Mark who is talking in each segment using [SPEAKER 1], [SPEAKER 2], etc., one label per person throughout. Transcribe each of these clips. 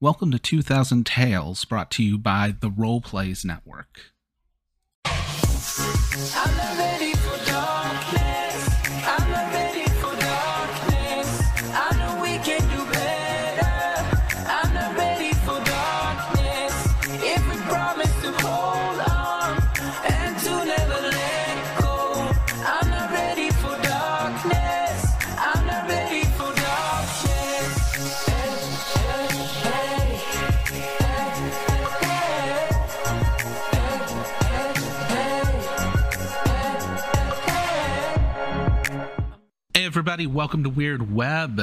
[SPEAKER 1] Welcome to 2000 Tales, brought to you by the Role Plays Network.
[SPEAKER 2] I'm not ready for darkness. I'm not ready for darkness. I know we can do better. I'm not ready for darkness. If we promise to hold on and to never let go, I'm not ready for darkness. I'm not ready for darkness.
[SPEAKER 1] Hey, everybody, welcome to Weird Web.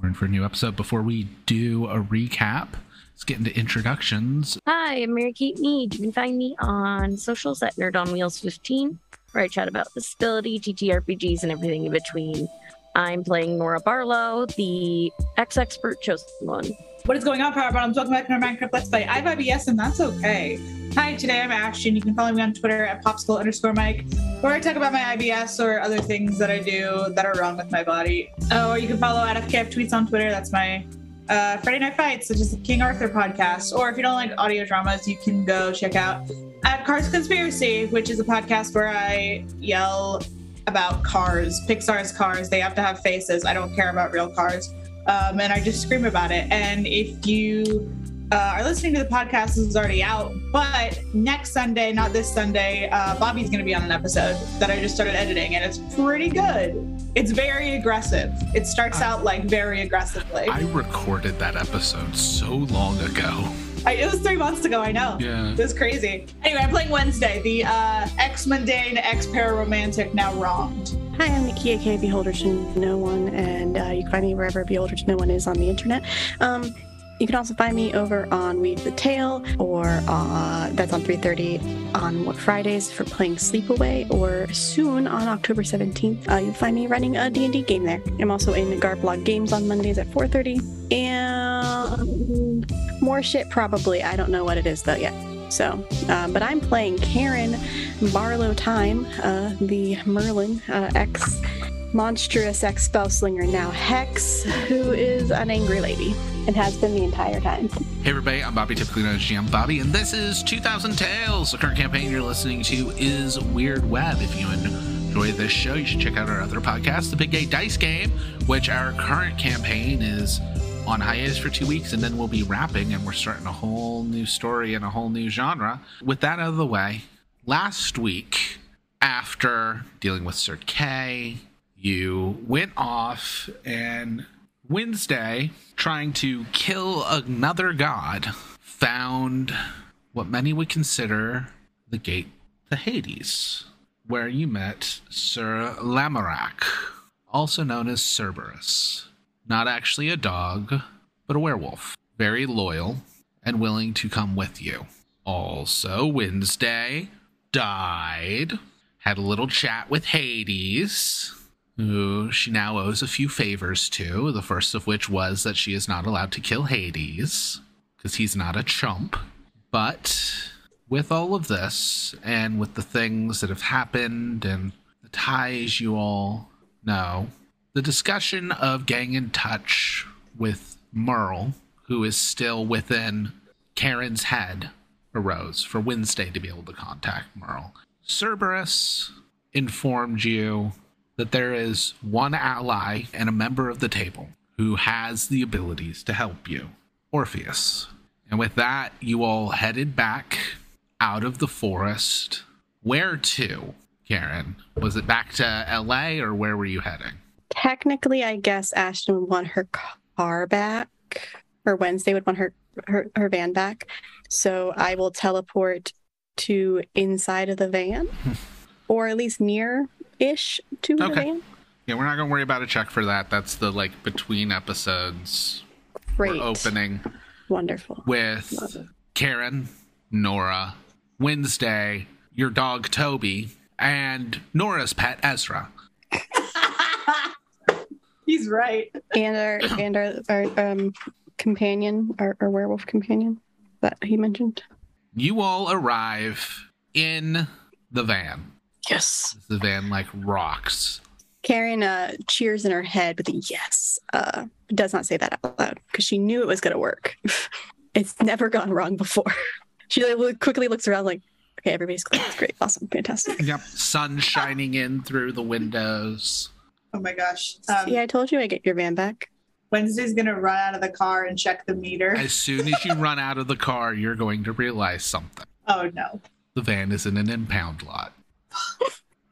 [SPEAKER 1] We're in for a new episode. Before we do a recap, let's get into introductions.
[SPEAKER 3] Hi, I'm Mary Kate Mead. You can find me on socials at Nerd on Wheels 15, where I chat about disability, TTRPGs, and everything in between. I'm playing Nora Barlow, the ex expert chosen one.
[SPEAKER 4] What is going on, Power Bottoms? Welcome back to our Minecraft Let's Play. I have IBS, and that's okay. Hi, today I'm Ashton. You can follow me on Twitter at popsicle underscore Mike, where I talk about my IBS or other things that I do that are wrong with my body. Oh, or you can follow at FKF Tweets on Twitter. That's my uh, Friday Night Fights, which is the King Arthur podcast. Or if you don't like audio dramas, you can go check out at Cars Conspiracy, which is a podcast where I yell about cars, Pixar's cars. They have to have faces. I don't care about real cars um, and I just scream about it. And if you uh, are listening to the podcast, this is already out. But next Sunday, not this Sunday, uh, Bobby's going to be on an episode that I just started editing, and it's pretty good. It's very aggressive. It starts out like very aggressively.
[SPEAKER 1] I recorded that episode so long ago.
[SPEAKER 4] I, it was three months ago, I know.
[SPEAKER 1] Yeah.
[SPEAKER 4] It was crazy. Anyway, I'm playing Wednesday, the uh, ex mundane, ex pararomantic, now wronged.
[SPEAKER 5] Hi, I'm Nikki, aka Beholder to No One, and uh, you can find me wherever Beholder to No One is on the internet. Um, you can also find me over on Weave the Tail, or uh, that's on 3:30 on what Fridays for playing Sleepaway, or soon on October 17th, uh, you'll find me running a D&D game there. I'm also in Garblog Games on Mondays at 4:30, and more shit probably. I don't know what it is though yet. So, uh, but I'm playing Karen Barlow Time, uh, the Merlin uh, ex monstrous ex spellslinger, now Hex, who is an angry lady and has been the entire time.
[SPEAKER 1] Hey everybody, I'm Bobby, typically known as GM Bobby, and this is 2000 Tales. The current campaign you're listening to is Weird Web. If you enjoy this show, you should check out our other podcast, The Big Gay Dice Game, which our current campaign is on hiatus for two weeks, and then we'll be wrapping, and we're starting a whole new story and a whole new genre. With that out of the way, last week, after dealing with Sir Kay, you went off and Wednesday, trying to kill another god, found what many would consider the gate to Hades, where you met Sir Lamorak, also known as Cerberus. Not actually a dog, but a werewolf. Very loyal and willing to come with you. Also, Wednesday died, had a little chat with Hades who she now owes a few favors to, the first of which was that she is not allowed to kill Hades, because he's not a chump. But with all of this, and with the things that have happened and the ties you all know, the discussion of getting in touch with Merle, who is still within Karen's head, arose for Wednesday to be able to contact Merle. Cerberus informed you that there is one ally and a member of the table who has the abilities to help you Orpheus. And with that, you all headed back out of the forest. Where to, Karen? Was it back to LA or where were you heading?
[SPEAKER 5] Technically, I guess Ashton would want her car back, or Wednesday would want her her, her van back. So I will teleport to inside of the van, or at least near ish to the
[SPEAKER 1] Hmm. Okay.
[SPEAKER 5] van.
[SPEAKER 1] Yeah, we're not going to worry about a check for that. That's the like between episodes or
[SPEAKER 5] Great,
[SPEAKER 1] opening.
[SPEAKER 5] wonderful. Love
[SPEAKER 1] with
[SPEAKER 5] it.
[SPEAKER 1] Karen, Nora, Wednesday, your dog Toby, and Nora's pet Ezra.
[SPEAKER 4] He's right.
[SPEAKER 5] and our and our, our um companion our, our werewolf companion that he mentioned
[SPEAKER 1] You all arrive in the van.
[SPEAKER 5] yes
[SPEAKER 1] The van like rocks.
[SPEAKER 5] Karen uh, cheers in her head with a yes, uh, but does not say that out loud because she knew it was going to work. it's never gone wrong before. she like, look- quickly looks around like, okay, everybody's close. Great, awesome, fantastic.
[SPEAKER 1] Yep. Sun shining in through the windows.
[SPEAKER 4] Oh my gosh. Um,
[SPEAKER 5] yeah, I told you I get your van back.
[SPEAKER 4] Wednesday's going to run out of the car and check the meter.
[SPEAKER 1] As soon as you run out of the car, you're going to realize something.
[SPEAKER 4] oh no.
[SPEAKER 1] The van is in an impound lot.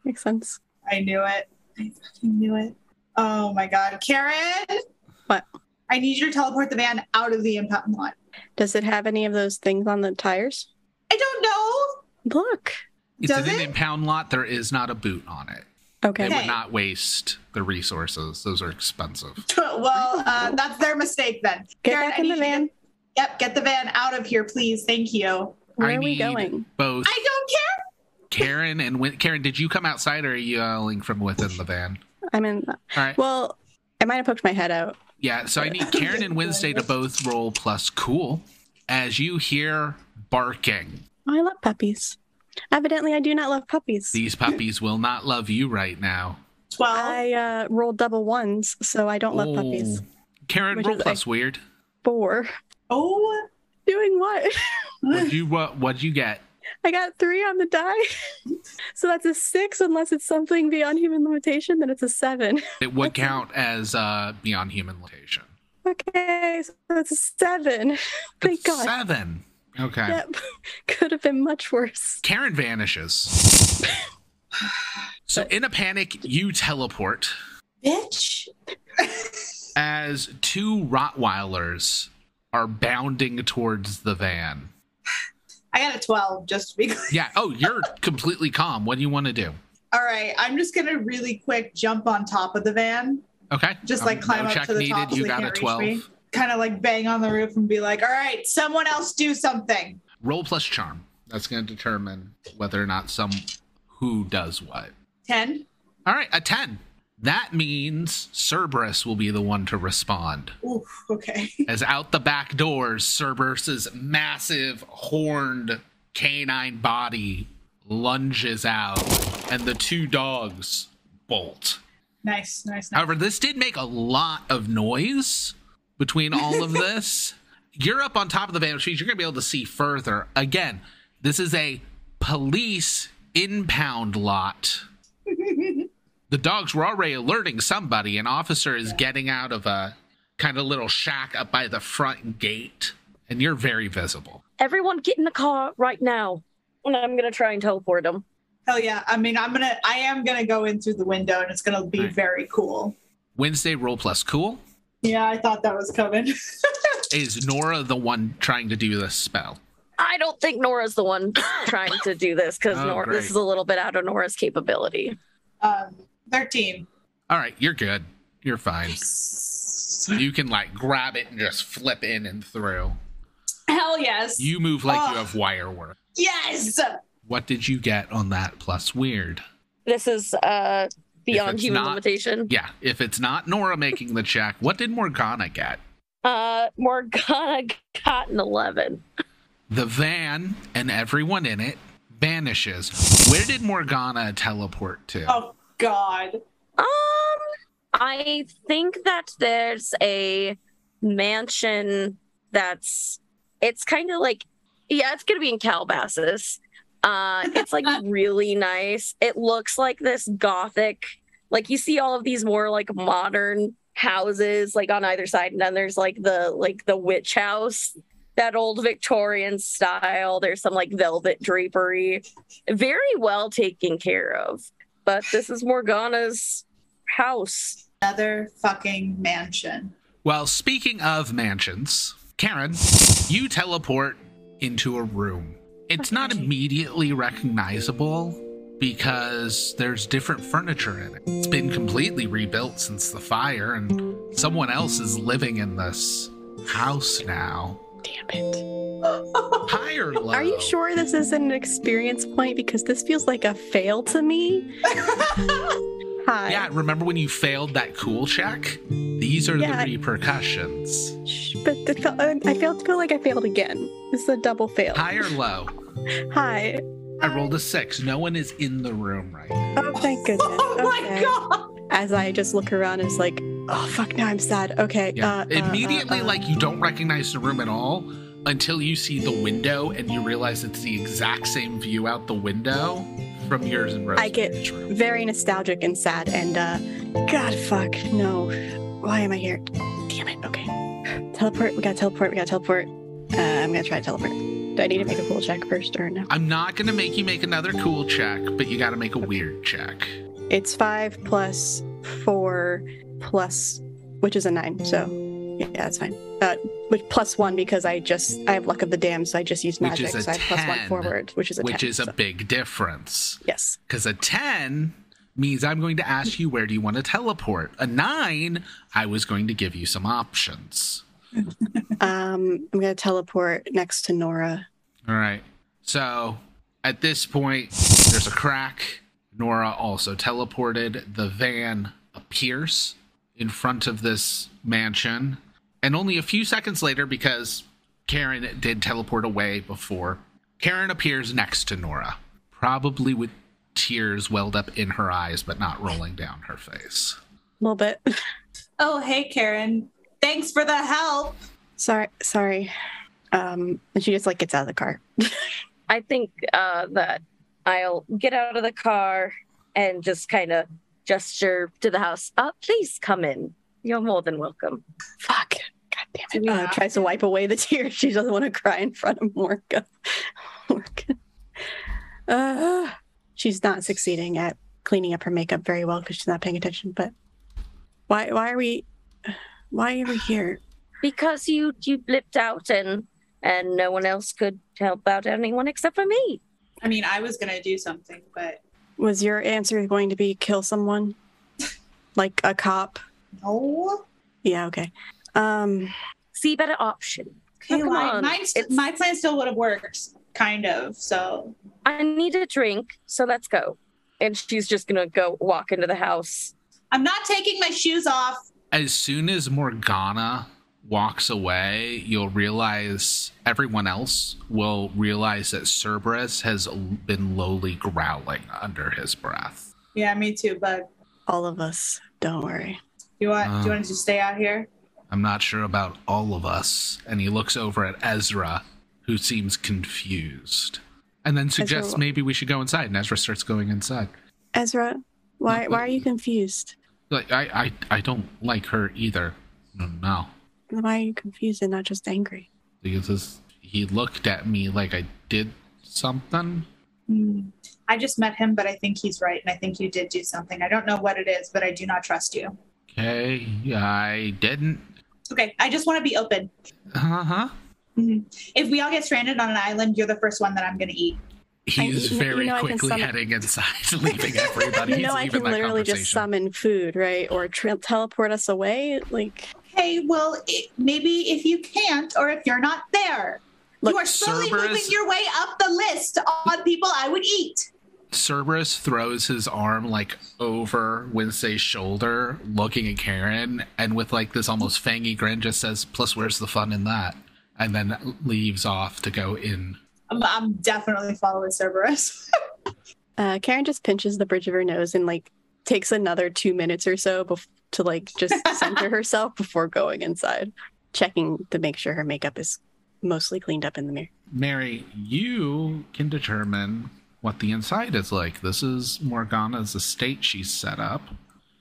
[SPEAKER 5] Makes sense.
[SPEAKER 4] I knew it. I fucking knew it. Oh my god. Karen?
[SPEAKER 5] What?
[SPEAKER 4] I need you to teleport the van out of the impound lot.
[SPEAKER 5] Does it have any of those things on the tires?
[SPEAKER 4] I don't know.
[SPEAKER 5] Look.
[SPEAKER 1] It's
[SPEAKER 4] Does
[SPEAKER 1] in an
[SPEAKER 4] it?
[SPEAKER 1] impound lot. There is not a boot on it. They
[SPEAKER 5] Okay.
[SPEAKER 1] would
[SPEAKER 4] Okay.
[SPEAKER 1] not waste the resources. Those are expensive.
[SPEAKER 4] well, uh, that's their mistake then.
[SPEAKER 5] Get
[SPEAKER 4] Karen,
[SPEAKER 5] back
[SPEAKER 4] I
[SPEAKER 5] in
[SPEAKER 4] need
[SPEAKER 5] the
[SPEAKER 4] you to-
[SPEAKER 5] van.
[SPEAKER 4] yep, get the van out of here, please. Thank you.
[SPEAKER 5] Where
[SPEAKER 1] I
[SPEAKER 5] are we
[SPEAKER 1] need-
[SPEAKER 5] going?
[SPEAKER 1] Both
[SPEAKER 4] I don't care.
[SPEAKER 1] Karen and Win- Karen, did you come outside or are you yelling from within the van?
[SPEAKER 5] I'm in.
[SPEAKER 1] All right.
[SPEAKER 5] Well, I might have poked my head out.
[SPEAKER 1] Yeah, so I need Karen and Wednesday to both roll plus cool as you hear barking.
[SPEAKER 5] I love puppies. Evidently, I do not love puppies.
[SPEAKER 1] These puppies will not love you right now.
[SPEAKER 4] 12.
[SPEAKER 5] I uh, rolled double ones, so I don't love puppies.
[SPEAKER 1] Oh. Karen,
[SPEAKER 5] Which
[SPEAKER 1] roll
[SPEAKER 5] is
[SPEAKER 1] plus weird.
[SPEAKER 5] Four.
[SPEAKER 4] oh.
[SPEAKER 5] Doing what?
[SPEAKER 1] What'd you what what'd you get?
[SPEAKER 5] I got three on the die. so that's a six, unless it's something beyond human limitation, then it's a seven.
[SPEAKER 1] It would count as uh beyond human limitation.
[SPEAKER 5] Okay, so that's a seven. Thank
[SPEAKER 1] It's
[SPEAKER 5] God.
[SPEAKER 1] Seven. Okay.
[SPEAKER 5] Yep. Could have been much worse.
[SPEAKER 1] Karen vanishes. so in a panic, you teleport.
[SPEAKER 4] Bitch.
[SPEAKER 1] as two Rottweilers are bounding towards the van.
[SPEAKER 4] I got a 12 just to be clear.
[SPEAKER 1] Yeah. Oh, you're completely calm. What do you want to do?
[SPEAKER 4] All right. I'm just going to really quick jump on top of the van.
[SPEAKER 1] Okay. Um,
[SPEAKER 4] Just, like, climb up to the top so
[SPEAKER 1] You
[SPEAKER 4] they
[SPEAKER 1] got a
[SPEAKER 4] can't reach me.
[SPEAKER 1] 12.
[SPEAKER 4] Kind of like bang on the roof and be like, all right, someone else do something.
[SPEAKER 1] Roll plus charm. That's going to determine whether or not some who does what.
[SPEAKER 4] 10.
[SPEAKER 1] All right, a 10. That means Cerberus will be the one to respond.
[SPEAKER 4] Ooh, okay.
[SPEAKER 1] As out the back doors, Cerberus's massive horned canine body lunges out, and the two dogs bolt.
[SPEAKER 4] Nice, nice, nice.
[SPEAKER 1] However, this did make a lot of noise between all of this. You're up on top of the van, which means you're going to be able to see further. Again, this is a police impound lot. the dogs were already alerting somebody. An officer is getting out of a kind of little shack up by the front gate, and you're very visible.
[SPEAKER 3] Everyone get in the car right now. And I'm going to try and teleport them.
[SPEAKER 4] Hell yeah. I mean, I'm gonna, I am gonna go in through the window and it's gonna be
[SPEAKER 1] Right.
[SPEAKER 4] very cool.
[SPEAKER 1] Wednesday roll plus cool.
[SPEAKER 4] Yeah, I thought that was coming.
[SPEAKER 1] Is Nora the one trying to do this spell?
[SPEAKER 3] I don't think Nora's the one trying to do this because
[SPEAKER 1] Oh,
[SPEAKER 3] Nora,
[SPEAKER 1] great.
[SPEAKER 3] this is a little bit out of Nora's capability.
[SPEAKER 4] um, 13.
[SPEAKER 1] All right, you're good. You're fine. You can like grab it and just flip in and through.
[SPEAKER 4] Hell yes.
[SPEAKER 1] You move like you
[SPEAKER 4] Ah.
[SPEAKER 1] have wire work.
[SPEAKER 4] yes.
[SPEAKER 1] What did you get on that plus weird?
[SPEAKER 3] This is uh, beyond
[SPEAKER 1] it's
[SPEAKER 3] human
[SPEAKER 1] not-
[SPEAKER 3] limitation.
[SPEAKER 1] Yeah, if it's not Nora making the check, what did Morgana get?
[SPEAKER 3] Uh, Morgana got an 11.
[SPEAKER 1] The van and everyone in it vanishes. Where did Morgana teleport to?
[SPEAKER 4] Oh God.
[SPEAKER 3] Um, I think that there's a mansion that's it's kind of like yeah, it's gonna be in Calabasas. Uh, it's like really nice. It looks like this gothic, like you see all of these more like modern houses like on either side, and then there's like the like the witch house, that old Victorian style. There's some like velvet drapery, very well taken care of but this is Morgana's house.
[SPEAKER 4] Another fucking mansion.
[SPEAKER 1] Well, speaking of mansions, Karen, you teleport into a room. It's not immediately recognizable because there's different furniture in it. It's been completely rebuilt since the fire, and someone else is living in this house now.
[SPEAKER 5] Damn it.
[SPEAKER 1] High or low?
[SPEAKER 5] Are you sure this isn't an experience point? Because this feels like a fail to me. Hi.
[SPEAKER 1] Yeah, remember when you failed that cool check? These are
[SPEAKER 5] Yeah, I-
[SPEAKER 1] the repercussions.
[SPEAKER 5] Shh, But it felt, um, I I failed feel like I failed again. This is a double fail.
[SPEAKER 1] High or low?
[SPEAKER 5] Hi.
[SPEAKER 1] I rolled a six. No one is in the room right now.
[SPEAKER 5] Oh, thank goodness.
[SPEAKER 4] Oh my
[SPEAKER 5] Okay.
[SPEAKER 4] God.
[SPEAKER 5] as I just look around and it's like, oh fuck, now I'm sad. Okay.
[SPEAKER 1] Yeah.
[SPEAKER 5] uh, uh,
[SPEAKER 1] Immediately,
[SPEAKER 5] uh, uh.
[SPEAKER 1] like you don't recognize the room at all until you see the window and you realize it's the exact same view out the window from yours and Rosemary's
[SPEAKER 5] I get-
[SPEAKER 1] room.
[SPEAKER 5] very nostalgic and sad and uh god fuck no why am i here damn it okay teleport we gotta teleport we gotta teleport uh, i'm gonna try to teleport do i need to make a cool check first or no
[SPEAKER 1] I'm not gonna make you make another cool check, but you got to make a weird check.
[SPEAKER 5] it's five plus four plus which is a nine so yeah that's fine uh which plus one because i just i have luck of the damn so i just use
[SPEAKER 1] Which
[SPEAKER 5] magic
[SPEAKER 1] is a
[SPEAKER 5] so i have plus one
[SPEAKER 1] 10,
[SPEAKER 5] forward which is a
[SPEAKER 1] which
[SPEAKER 5] 10,
[SPEAKER 1] is a
[SPEAKER 5] so-
[SPEAKER 1] big difference.
[SPEAKER 5] yes
[SPEAKER 1] Because a 10 means I'm going to ask you where do you want to teleport. A 9, I was going to give you some options.
[SPEAKER 5] um i'm gonna teleport next to nora
[SPEAKER 1] All right. So at this point, there's a crack. Nora also teleported. The van appears in front of this mansion. And only a few seconds later, because Karen did teleport away before, Karen appears next to Nora, probably with tears welled up in her eyes, but not rolling down her face.
[SPEAKER 5] a little bit
[SPEAKER 4] Oh, hey, Karen. Thanks for the help.
[SPEAKER 5] Sorry, sorry. Um, and she just like gets out of the car.
[SPEAKER 3] I think uh, that I'll get out of the car and just kind of gesture to the house. Uh, please come in. You're more than welcome.
[SPEAKER 5] Fuck. God damn it.
[SPEAKER 4] Yeah.
[SPEAKER 5] Uh, tries to wipe away the tears. She doesn't want to cry in front of Morka. Morka. Uh, she's not succeeding at cleaning up her makeup very well because she's not paying attention. But why? Why are we? Why are we here?
[SPEAKER 3] Because you you blipped out and and no one else could help out anyone except for me.
[SPEAKER 4] I mean, I was going to do something, but
[SPEAKER 5] Was your answer going to be kill someone, like a cop?
[SPEAKER 4] no.
[SPEAKER 5] Yeah. Okay. Um.
[SPEAKER 3] See better option.
[SPEAKER 4] Okay,
[SPEAKER 3] come
[SPEAKER 4] my,
[SPEAKER 3] on.
[SPEAKER 4] mine st-
[SPEAKER 3] It's-
[SPEAKER 4] my plan still would have worked, kind of. So
[SPEAKER 3] I need a drink, so let's go. And she's just gonna go walk into the house.
[SPEAKER 4] I'm not taking my shoes off.
[SPEAKER 1] as soon as Morgana walks away, you'll realize everyone else will realize that Cerberus has l- been lowly growling under his breath.
[SPEAKER 4] Yeah, me too, bud.
[SPEAKER 5] All of us. Don't worry.
[SPEAKER 4] Do you want? do
[SPEAKER 1] Um.
[SPEAKER 4] you want to just stay out here?
[SPEAKER 1] I'm not sure about all of us. And he looks over at Ezra, who seems confused, and then suggests
[SPEAKER 5] Ezra-
[SPEAKER 1] maybe we should go inside. And Ezra starts going inside.
[SPEAKER 5] Ezra, why? Why are you confused?
[SPEAKER 1] Like, I, I, I don't like her either. No, No.
[SPEAKER 5] Why are you confused and not just angry?
[SPEAKER 1] Because this- he looked at me like I did something.
[SPEAKER 4] Hmm. I just met him, but I think he's right, and I think you did do something. I don't know what it is, but I do not trust you.
[SPEAKER 1] Okay, I didn't.
[SPEAKER 4] Okay, I just want to be open. Hmm.
[SPEAKER 1] Uh huh.
[SPEAKER 4] If we all get stranded on an island, you're the first one that I'm going to eat.
[SPEAKER 1] He
[SPEAKER 5] I-
[SPEAKER 1] is
[SPEAKER 5] you- you
[SPEAKER 1] very
[SPEAKER 5] know I can
[SPEAKER 1] quickly
[SPEAKER 5] summon-
[SPEAKER 1] heading inside, leaving everybody.
[SPEAKER 5] you
[SPEAKER 1] He's
[SPEAKER 5] know, I
[SPEAKER 1] leaving
[SPEAKER 5] can
[SPEAKER 1] that
[SPEAKER 5] literally just
[SPEAKER 1] conversation.
[SPEAKER 5] summon food, right? Or tra- teleport us away. Like,
[SPEAKER 4] Hey, well, it, maybe if you can't, or if you're not there,
[SPEAKER 5] Look,
[SPEAKER 4] you are slowly
[SPEAKER 1] Cerberus-
[SPEAKER 4] moving your way up the list on people I would eat.
[SPEAKER 1] Cerberus throws his arm like over Wednesday's shoulder, looking at Karen, and with like this almost fangy grin, just says, "Plus, where's the fun in that?" And then leaves off to go in.
[SPEAKER 4] I'm, I'm definitely following Cerberus.
[SPEAKER 5] uh, Karen just pinches the bridge of her nose and like takes another two minutes or so bef- to like just center herself before going inside, checking to make sure her makeup is mostly cleaned up in the mirror.
[SPEAKER 1] Mary, you can determine what the inside is like. This is Morgana's estate she's set up.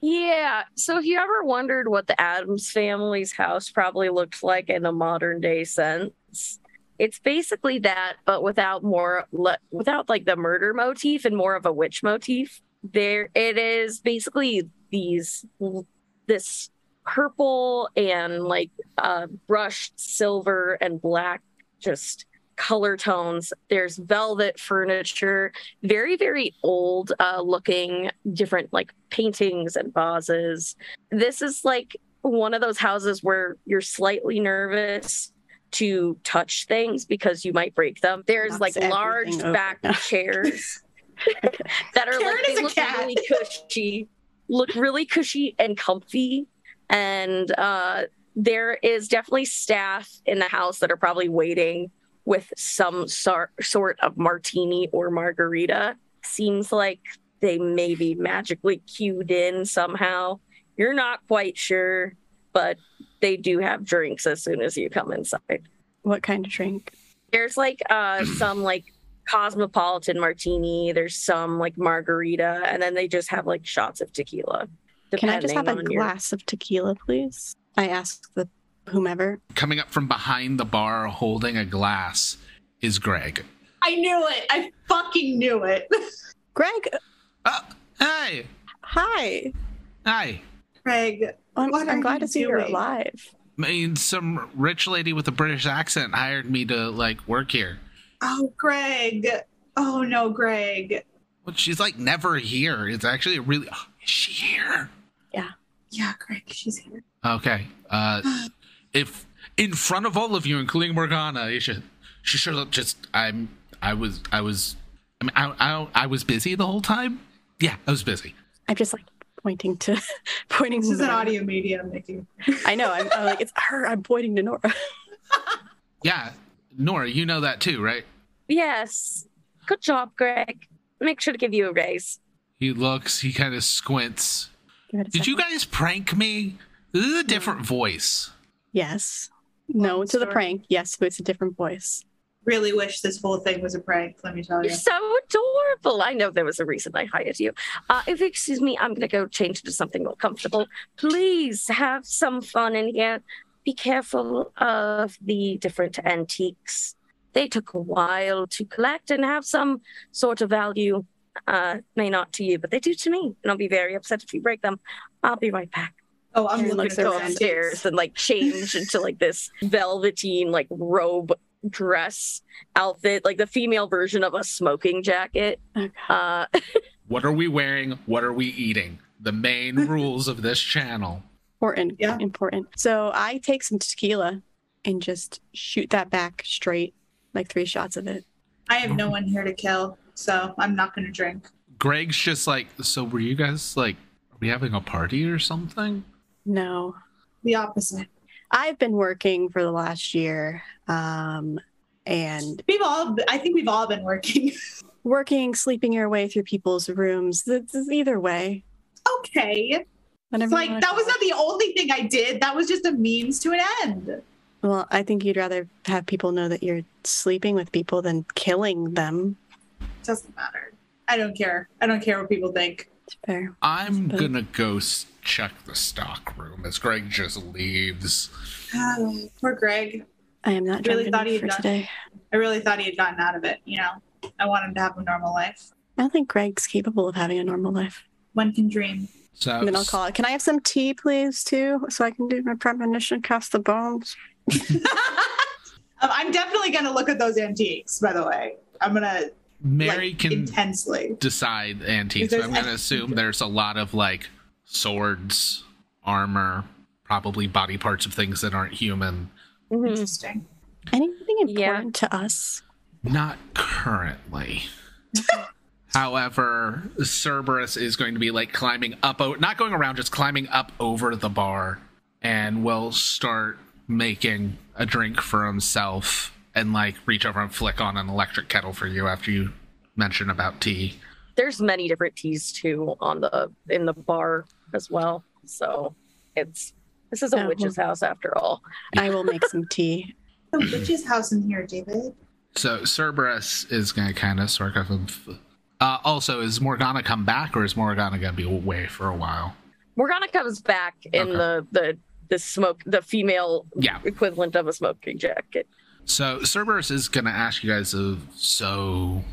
[SPEAKER 3] Yeah. So if you ever wondered what the Adams family's house probably looked like in a modern day sense, it's basically that, but without more, le- without like the murder motif and more of a witch motif. There, it is basically these, this purple and like uh, brushed silver and black, just color tones. There's velvet furniture, very very old uh, looking different like paintings and vases this is like one of those houses where you're slightly nervous to touch things because you might break them there's
[SPEAKER 5] Knocks
[SPEAKER 3] like
[SPEAKER 5] everything
[SPEAKER 3] large
[SPEAKER 5] over.
[SPEAKER 3] back
[SPEAKER 5] No.
[SPEAKER 3] chairs that are
[SPEAKER 4] Karen
[SPEAKER 3] like
[SPEAKER 4] is
[SPEAKER 3] they
[SPEAKER 4] a
[SPEAKER 3] look
[SPEAKER 4] cat.
[SPEAKER 3] really cushy look really cushy and comfy and uh there is definitely staff in the house that are probably waiting with some sor- sort of martini or margarita. Seems like they may be magically cued in somehow. You're not quite sure, but they do have drinks as soon as you come inside.
[SPEAKER 5] What kind of drink?
[SPEAKER 3] There's like uh some like cosmopolitan martini, there's some like margarita, and then they just have like shots of tequila.
[SPEAKER 5] Can I just have
[SPEAKER 3] depending
[SPEAKER 5] a
[SPEAKER 3] on your-
[SPEAKER 5] glass of tequila, please? I asked the whomever.
[SPEAKER 1] Coming up from behind the bar holding a glass is Greg.
[SPEAKER 4] I knew it. I fucking knew it.
[SPEAKER 5] Greg,
[SPEAKER 1] Oh, hey,
[SPEAKER 5] hi.
[SPEAKER 1] hi.
[SPEAKER 4] Craig,
[SPEAKER 5] I'm,
[SPEAKER 4] What
[SPEAKER 5] I'm
[SPEAKER 4] are
[SPEAKER 5] glad
[SPEAKER 4] you
[SPEAKER 5] to see you're
[SPEAKER 4] doing?
[SPEAKER 5] alive.
[SPEAKER 1] I mean, some rich lady with a British accent hired me to like work here.
[SPEAKER 4] Oh, Greg. Oh no, Greg.
[SPEAKER 1] Well, she's like never here. It's actually a really. Oh, is she here?
[SPEAKER 4] Yeah, Greg, she's here.
[SPEAKER 1] Okay. Uh, if in front of all of you, including Morgana, you should, she showed up. Just I'm. I was. I was. I mean, I, I, I was busy the whole time. Yeah, I was busy.
[SPEAKER 5] I'm just like pointing to pointing
[SPEAKER 4] This
[SPEAKER 5] to
[SPEAKER 4] is an
[SPEAKER 5] Nora.
[SPEAKER 4] audio medium, Nikki.
[SPEAKER 5] I know. I'm, I'm like it's her. I'm pointing to Nora.
[SPEAKER 1] Yeah, Nora, you know that too, right?
[SPEAKER 3] Yes. Good job, Greg. Make sure to give you a raise.
[SPEAKER 1] He looks. He kind of squints.
[SPEAKER 5] Give it a
[SPEAKER 1] Did you
[SPEAKER 5] second.
[SPEAKER 1] guys prank me? This is a different voice.
[SPEAKER 5] Yes. No to the
[SPEAKER 4] story.
[SPEAKER 5] prank. Yes, but it's a different voice.
[SPEAKER 4] Really wish this whole thing was a prank, let me tell you.
[SPEAKER 3] You're so adorable. I know there was a reason I hired you. Uh, if you excuse me, I'm going to go change to something more comfortable. Please have some fun in here. Be careful of the different antiques. They took a while to collect and have some sort of value. Uh, may not to you, but they do to me. And I'll be very upset if you break them. I'll be right back.
[SPEAKER 4] Oh, I'm
[SPEAKER 5] Karen
[SPEAKER 4] looking
[SPEAKER 5] looks
[SPEAKER 4] at
[SPEAKER 3] go
[SPEAKER 5] around.
[SPEAKER 4] those.
[SPEAKER 3] upstairs and like change into like this velveteen like robe dress outfit, like the female version of a smoking jacket.
[SPEAKER 5] Okay.
[SPEAKER 3] Uh,
[SPEAKER 1] What are we wearing? What are we eating? The main rules of this channel.
[SPEAKER 5] Important.
[SPEAKER 4] Yeah.
[SPEAKER 5] Important. So I take some tequila and just shoot that back straight, like three shots of it.
[SPEAKER 4] I have no one here to kill, so I'm not gonna drink.
[SPEAKER 1] Greg's just like, so were you guys like, are we having a party or something?
[SPEAKER 5] No.
[SPEAKER 4] The opposite.
[SPEAKER 5] I've been working for the last year. Um and
[SPEAKER 4] We've all I think we've all been working.
[SPEAKER 5] working, sleeping your way through people's rooms. This is either way.
[SPEAKER 4] okay.
[SPEAKER 5] Whatever
[SPEAKER 4] It's
[SPEAKER 5] you
[SPEAKER 4] like
[SPEAKER 5] wanna
[SPEAKER 4] that
[SPEAKER 5] call
[SPEAKER 4] was
[SPEAKER 5] it.
[SPEAKER 4] not the only thing I did. That was just a means to an end.
[SPEAKER 5] Well, I think you'd rather have people know that you're sleeping with people than killing them.
[SPEAKER 4] Doesn't matter. I don't care. I don't care what people think.
[SPEAKER 5] It's fair.
[SPEAKER 1] I'm
[SPEAKER 5] But-
[SPEAKER 1] gonna go s- check the stock room as Greg just leaves.
[SPEAKER 4] Poor Greg.
[SPEAKER 5] I am not
[SPEAKER 4] Really
[SPEAKER 5] drunk
[SPEAKER 4] thought
[SPEAKER 5] enough
[SPEAKER 4] he'd
[SPEAKER 5] for
[SPEAKER 4] done-
[SPEAKER 5] today.
[SPEAKER 4] I really thought he had gotten out of it, you know. I want him to have a normal life.
[SPEAKER 5] I don't think Greg's capable of having a normal life.
[SPEAKER 4] One can dream.
[SPEAKER 1] So
[SPEAKER 5] And then I'll call it. Can I have some tea, please, too, so I can do my premonition, cast the bones?
[SPEAKER 4] um, I'm definitely gonna look at those antiques, by the way. I'm gonna
[SPEAKER 1] Mary
[SPEAKER 4] like,
[SPEAKER 1] can
[SPEAKER 4] intensely.
[SPEAKER 1] decide antiques.
[SPEAKER 4] If
[SPEAKER 1] But
[SPEAKER 4] there's
[SPEAKER 1] I'm gonna
[SPEAKER 4] any-
[SPEAKER 1] assume there's a lot of like swords, armor, probably body parts of things that aren't human.
[SPEAKER 5] Hmm.
[SPEAKER 4] Mm-hmm.
[SPEAKER 3] mhm.
[SPEAKER 4] Interesting.
[SPEAKER 5] Anything important
[SPEAKER 3] Yeah.
[SPEAKER 5] to us?
[SPEAKER 1] Not currently. However, Cerberus is going to be like climbing up, o- not going around, just climbing up over the bar, and will start making a drink for himself and like reach over and flick on an electric kettle for you after you mention about tea.
[SPEAKER 3] there's many different teas too on the in the bar as well. So it's this is a
[SPEAKER 5] Oh.
[SPEAKER 3] witch's house after all.
[SPEAKER 5] I will make some tea.
[SPEAKER 4] The witch's house in here, David.
[SPEAKER 1] So Cerberus is going to kind of sort of. Uh, also, is Morgana come back or is Morgana going to be away for a while?
[SPEAKER 3] Morgana comes back in
[SPEAKER 1] Okay.
[SPEAKER 3] the the the smoke the female
[SPEAKER 1] Yeah.
[SPEAKER 3] equivalent of a smoking jacket.
[SPEAKER 1] So Cerberus is gonna ask you guys of so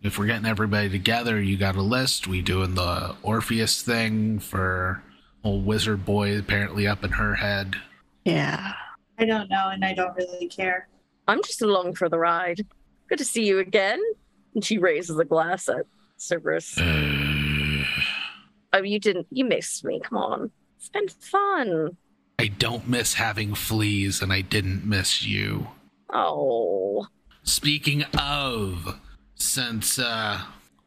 [SPEAKER 1] if we're getting everybody together, you got a list. We doing the Orpheus thing for old wizard boy apparently up in her head.
[SPEAKER 5] Yeah.
[SPEAKER 4] I don't know, and I don't really care.
[SPEAKER 3] I'm just along for the ride. Good to see you again. And she raises a glass at Cerberus. Oh, you didn't. You missed me. Come on. It's been fun.
[SPEAKER 1] I don't miss having fleas, and I didn't miss you.
[SPEAKER 3] Oh,
[SPEAKER 1] Speaking of, since uh,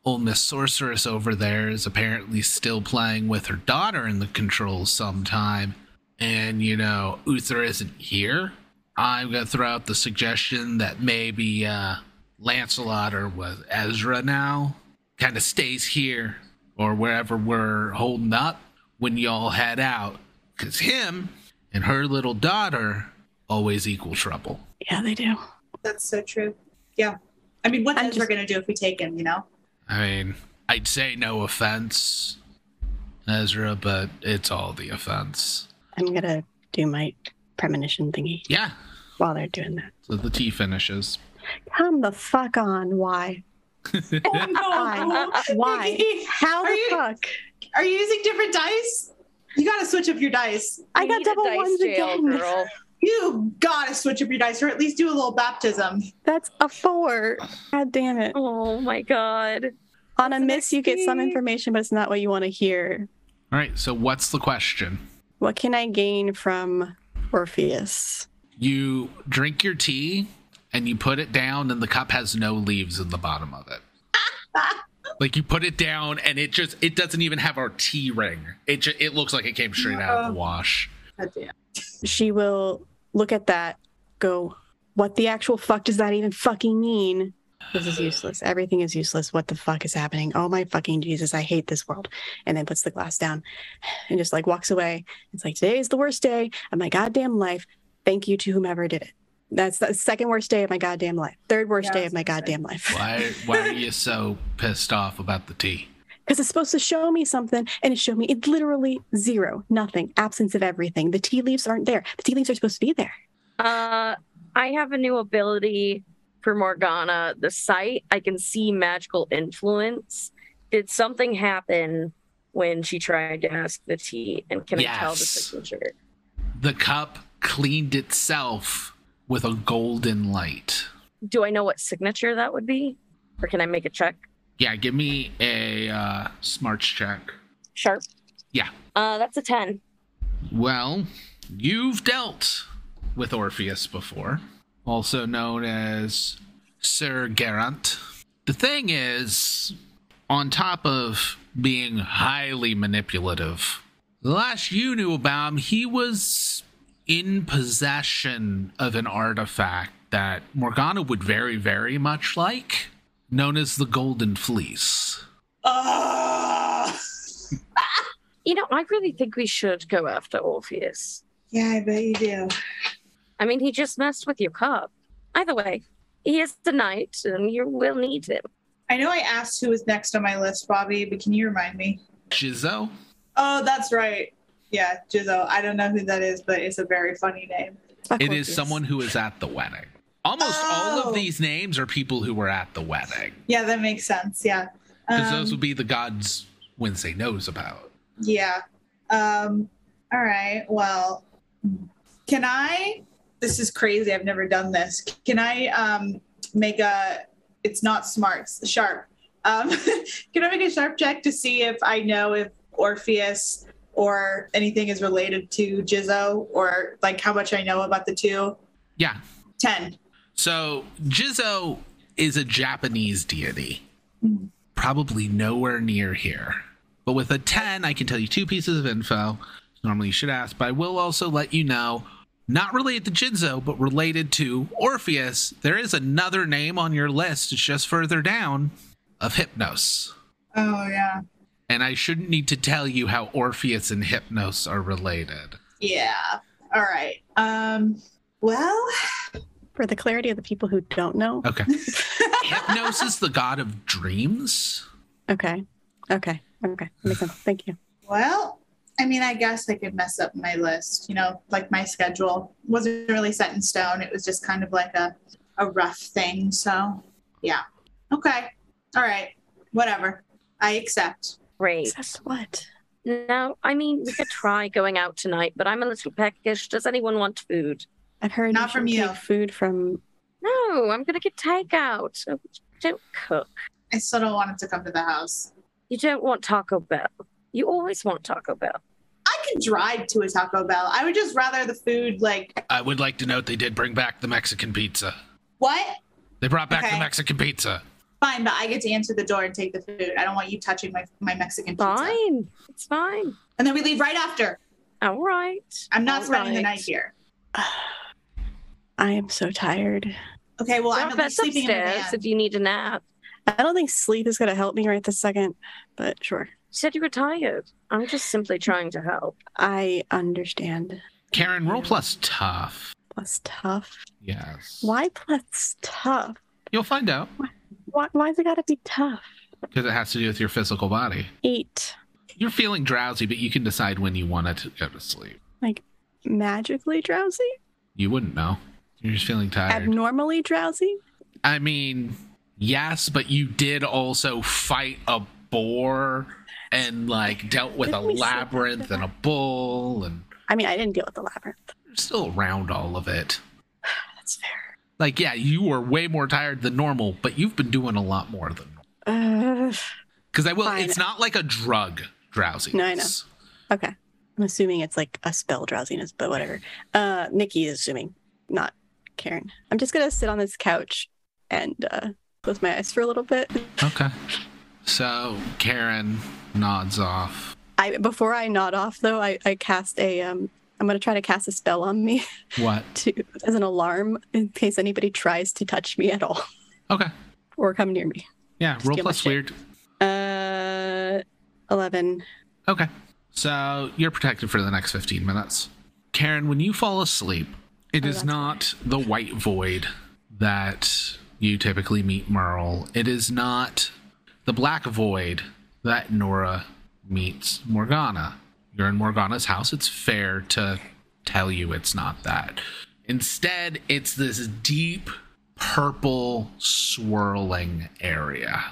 [SPEAKER 1] old Miss Sorceress over there is apparently still playing with her daughter in the controls sometime, and you know, Uther isn't here, I'm gonna throw out the suggestion that maybe uh, Lancelot or was Ezra now kind of stays here or wherever we're holding up when y'all head out. Because him and her little daughter always equal trouble.
[SPEAKER 5] Yeah, they do.
[SPEAKER 4] That's so true. Yeah. I mean, what
[SPEAKER 5] I'm
[SPEAKER 4] else we're
[SPEAKER 5] just-
[SPEAKER 4] gonna do if we take him? You know.
[SPEAKER 1] I mean, I'd say no offense, Ezra, but it's all the offense.
[SPEAKER 5] I'm gonna do my premonition thingy
[SPEAKER 1] Yeah.
[SPEAKER 5] while they're doing that.
[SPEAKER 1] So the T finishes.
[SPEAKER 5] Come the fuck on. Why?
[SPEAKER 4] Oh
[SPEAKER 3] uh,
[SPEAKER 4] no!
[SPEAKER 5] Why? Why?
[SPEAKER 4] Nikki,
[SPEAKER 5] How
[SPEAKER 4] Are
[SPEAKER 5] the
[SPEAKER 4] you-
[SPEAKER 5] fuck?
[SPEAKER 4] are you using different dice? You gotta switch up your dice.
[SPEAKER 5] I
[SPEAKER 3] We
[SPEAKER 5] got
[SPEAKER 3] need a
[SPEAKER 5] double
[SPEAKER 3] dice
[SPEAKER 5] ones
[SPEAKER 3] jail,
[SPEAKER 5] again.
[SPEAKER 3] girl.
[SPEAKER 4] You gotta switch up your dice, or at least do a little baptism.
[SPEAKER 5] That's a four. God damn it.
[SPEAKER 3] Oh my god.
[SPEAKER 5] On a
[SPEAKER 4] That's an
[SPEAKER 5] miss, you get some
[SPEAKER 4] XP.
[SPEAKER 5] information, but it's not what you want to hear.
[SPEAKER 1] All right. So what's the question?
[SPEAKER 5] What can I gain from Orpheus?
[SPEAKER 1] You drink your tea and you put it down, and the cup has no leaves in the bottom of it. like you put it down, and it just it doesn't even have our tea ring. It ju- it looks like it came straight out of the wash.
[SPEAKER 5] She will look at that, go, What the actual fuck does that even fucking mean? This is useless. Everything is useless. What the fuck is happening? Oh my fucking Jesus, I hate this world. And then puts the glass down and just like walks away. It's like, Today is the worst day of my goddamn life. Thank you to whomever did it. That's the second worst day of my goddamn life. Third worst
[SPEAKER 4] Yeah, I
[SPEAKER 5] day
[SPEAKER 4] was
[SPEAKER 5] of my
[SPEAKER 4] gonna say.
[SPEAKER 5] goddamn life.
[SPEAKER 1] Why why are you so pissed off about the tea?
[SPEAKER 5] because it's supposed to show me something and it showed me it literally zero nothing absence of everything the tea leaves aren't there the tea leaves are supposed to be there
[SPEAKER 3] Uh, I have a new ability for Morgana, the sight. I can see magical influence. Did something happen when she tried to ask the tea? And can I tell the
[SPEAKER 1] Yes.
[SPEAKER 3] signature?
[SPEAKER 1] The cup cleaned itself with a golden light.
[SPEAKER 3] Do I know what signature that would be? Or can I make a check?
[SPEAKER 1] Yeah, give me a uh, smarts check.
[SPEAKER 3] Sharp.
[SPEAKER 1] Yeah.
[SPEAKER 3] Uh, that's a 10.
[SPEAKER 1] Well, you've dealt with Orpheus before, also known as Sir Geraint. The thing is, on top of being highly manipulative, the last you knew about him, he was in possession of an artifact that Morgana would very, very much like, known as the Golden Fleece.
[SPEAKER 4] Oh.
[SPEAKER 3] You know, I really think we should go after Orpheus.
[SPEAKER 4] Yeah, I bet you do.
[SPEAKER 3] I mean, he just messed with your cup. Either way, he is the knight, and you will need him.
[SPEAKER 4] I know I asked who was next on my list, Bobby, but can you remind me?
[SPEAKER 1] Jizo?
[SPEAKER 4] Oh, that's right. Yeah, Jizzo. I don't know who that is, but it's a very funny name.
[SPEAKER 5] Fuck
[SPEAKER 1] It is
[SPEAKER 5] Orpheus.
[SPEAKER 1] someone who is at the wedding. Almost all
[SPEAKER 4] Oh.
[SPEAKER 1] of these names are people who were at the wedding.
[SPEAKER 4] Yeah, that makes sense. Yeah.
[SPEAKER 1] Because those
[SPEAKER 4] Um,
[SPEAKER 1] would be the gods Wednesday knows about.
[SPEAKER 4] Yeah. Um, all right. Well, can I? This is crazy. I've never done this. Can I um, make a? It's not smarts. Sharp. Um, can I make a sharp check to see if I know if Orpheus or anything is related to Jizzo or like how much I know about the two?
[SPEAKER 1] Yeah.
[SPEAKER 4] Ten.
[SPEAKER 1] So Jizo is a Japanese deity.
[SPEAKER 4] Mhm.
[SPEAKER 1] Probably nowhere near here. But with a 10, I can tell you two pieces of info. Normally you should ask, but I will also let you know. Not related to Jizo, but related to Orpheus. There is another name on your list. It's just further down of Hypnos.
[SPEAKER 4] Oh yeah.
[SPEAKER 1] And I shouldn't need to tell you how Orpheus and Hypnos are related.
[SPEAKER 4] Yeah. All right. Um, well.
[SPEAKER 5] for the clarity of the people who don't know
[SPEAKER 1] Okay. Hypnos is the god of dreams.
[SPEAKER 5] okay okay okay makes sense thank you
[SPEAKER 4] Well, I mean, I guess I could mess up my list, you know, like my schedule wasn't really set in stone. It was just kind of like a, a rough thing. So, yeah. Okay. All right. Whatever. I accept.
[SPEAKER 3] Great.
[SPEAKER 5] except what
[SPEAKER 3] No, I mean, we could try going out tonight, but I'm a little peckish. Does anyone want food?
[SPEAKER 5] i've heard
[SPEAKER 4] Not from
[SPEAKER 5] shouldn't
[SPEAKER 4] you.
[SPEAKER 5] take food from
[SPEAKER 3] No, I'm going to get takeout. So Don't cook.
[SPEAKER 4] I still don't want it to come to the house.
[SPEAKER 3] You don't want Taco Bell. You always want Taco Bell.
[SPEAKER 4] I could drive to a Taco Bell. I would just rather the food, like,
[SPEAKER 1] I would like to note they did bring back the Mexican pizza.
[SPEAKER 4] what?
[SPEAKER 1] They brought back
[SPEAKER 4] Okay.
[SPEAKER 1] the Mexican pizza.
[SPEAKER 4] Fine, but I get to answer the door and take the food. I don't want you touching my, my Mexican pizza.
[SPEAKER 3] Fine. It's fine.
[SPEAKER 4] And then we leave right after.
[SPEAKER 3] All right.
[SPEAKER 4] I'm not
[SPEAKER 3] All
[SPEAKER 4] spending the
[SPEAKER 3] right.
[SPEAKER 4] night here.
[SPEAKER 5] i am so tired
[SPEAKER 4] Okay, well, I'm
[SPEAKER 3] Drop
[SPEAKER 4] at least
[SPEAKER 3] us
[SPEAKER 4] sleeping in the
[SPEAKER 3] upstairs
[SPEAKER 4] van.
[SPEAKER 3] if you need a nap.
[SPEAKER 5] i don't think sleep is going to help me right this second but sure
[SPEAKER 3] said you were tired. I'm just simply trying to help.
[SPEAKER 5] I understand.
[SPEAKER 1] Karen, roll plus tough.
[SPEAKER 5] Plus tough.
[SPEAKER 1] Yes.
[SPEAKER 5] Why plus tough?
[SPEAKER 1] You'll find out
[SPEAKER 5] Why, why's it gotta be tough?
[SPEAKER 1] because it has to do with your physical body.
[SPEAKER 5] Eight.
[SPEAKER 1] You're feeling drowsy, but you can decide when you want to go to sleep.
[SPEAKER 5] Magically drowsy?
[SPEAKER 1] You wouldn't know. You're just feeling tired.
[SPEAKER 5] Abnormally drowsy?
[SPEAKER 1] I mean, yes, but you did also fight a boar and like dealt with a
[SPEAKER 5] Didn't we see
[SPEAKER 1] labyrinth
[SPEAKER 5] that?
[SPEAKER 1] and a bull and
[SPEAKER 5] I mean, I didn't deal with the labyrinth.
[SPEAKER 1] you're still around all of it.
[SPEAKER 5] That's fair.
[SPEAKER 1] Like, yeah, you were way more tired than normal, but you've been doing a lot more than normal.
[SPEAKER 5] Uh,
[SPEAKER 1] Because I will,
[SPEAKER 5] Fine.
[SPEAKER 1] it's not like a drug drowsiness.
[SPEAKER 5] No, I know. okay. I'm assuming it's like a spell drowsiness, but whatever. Uh, Nikki is assuming, not Karen. I'm just gonna sit on this couch and uh, close my eyes for a little bit.
[SPEAKER 1] Okay. So Karen nods off.
[SPEAKER 5] I before I nod off though, I, I cast a um. I'm gonna try to cast a spell on me
[SPEAKER 1] What?
[SPEAKER 5] to as an alarm in case anybody tries to touch me at all
[SPEAKER 1] Okay.
[SPEAKER 5] or come near me.
[SPEAKER 1] Yeah, roll
[SPEAKER 5] give my
[SPEAKER 1] plus
[SPEAKER 5] shit.
[SPEAKER 1] weird.
[SPEAKER 5] Uh, eleven.
[SPEAKER 1] Okay. So you're protected for the next 15 minutes. Karen, when you fall asleep, it is not the white void that you typically meet Merle. It is not the black void that Nora meets Morgana. You're in Morgana's house. It's fair to tell you it's not that. Instead, it's this deep purple swirling area.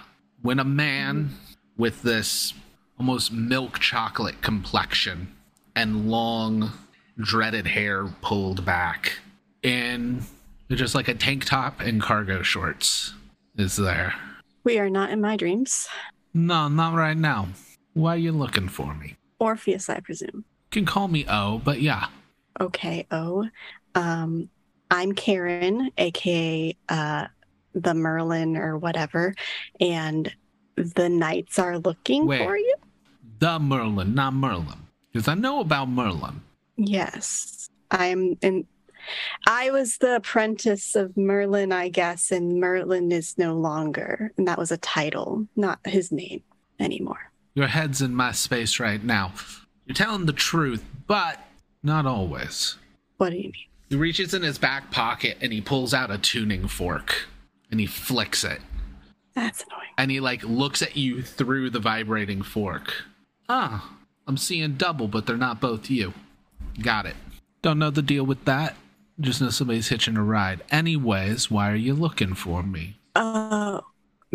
[SPEAKER 1] When a man with this almost milk chocolate complexion and long dreaded hair pulled back in just like a tank top and cargo shorts is there.
[SPEAKER 5] We are not in my dreams.
[SPEAKER 1] No, not right now. Why are you looking for me?
[SPEAKER 5] Orpheus, I presume.
[SPEAKER 1] You can call me O, but yeah.
[SPEAKER 5] Okay, O. Um, I'm Karen, aka uh, the Merlin or whatever, and the knights are looking
[SPEAKER 1] Wait.
[SPEAKER 5] for you.
[SPEAKER 1] The Merlin, not Merlin. Because I know about Merlin.
[SPEAKER 5] Yes, I'm in. I was the apprentice of Merlin, I guess, and Merlin is no longer, and that was a title, not his name anymore.
[SPEAKER 1] Your head's in my space right now. You're telling the truth, but not always.
[SPEAKER 5] What do you mean?
[SPEAKER 1] He reaches in his back pocket and he pulls out a tuning fork and he flicks it.
[SPEAKER 5] That's annoying.
[SPEAKER 1] and he like looks at you through the vibrating fork. Ah, I'm seeing double, but they're not both you. Got it. Don't know the deal with that. Just know somebody's hitching a ride. Anyways, why are you looking for me?
[SPEAKER 5] Oh,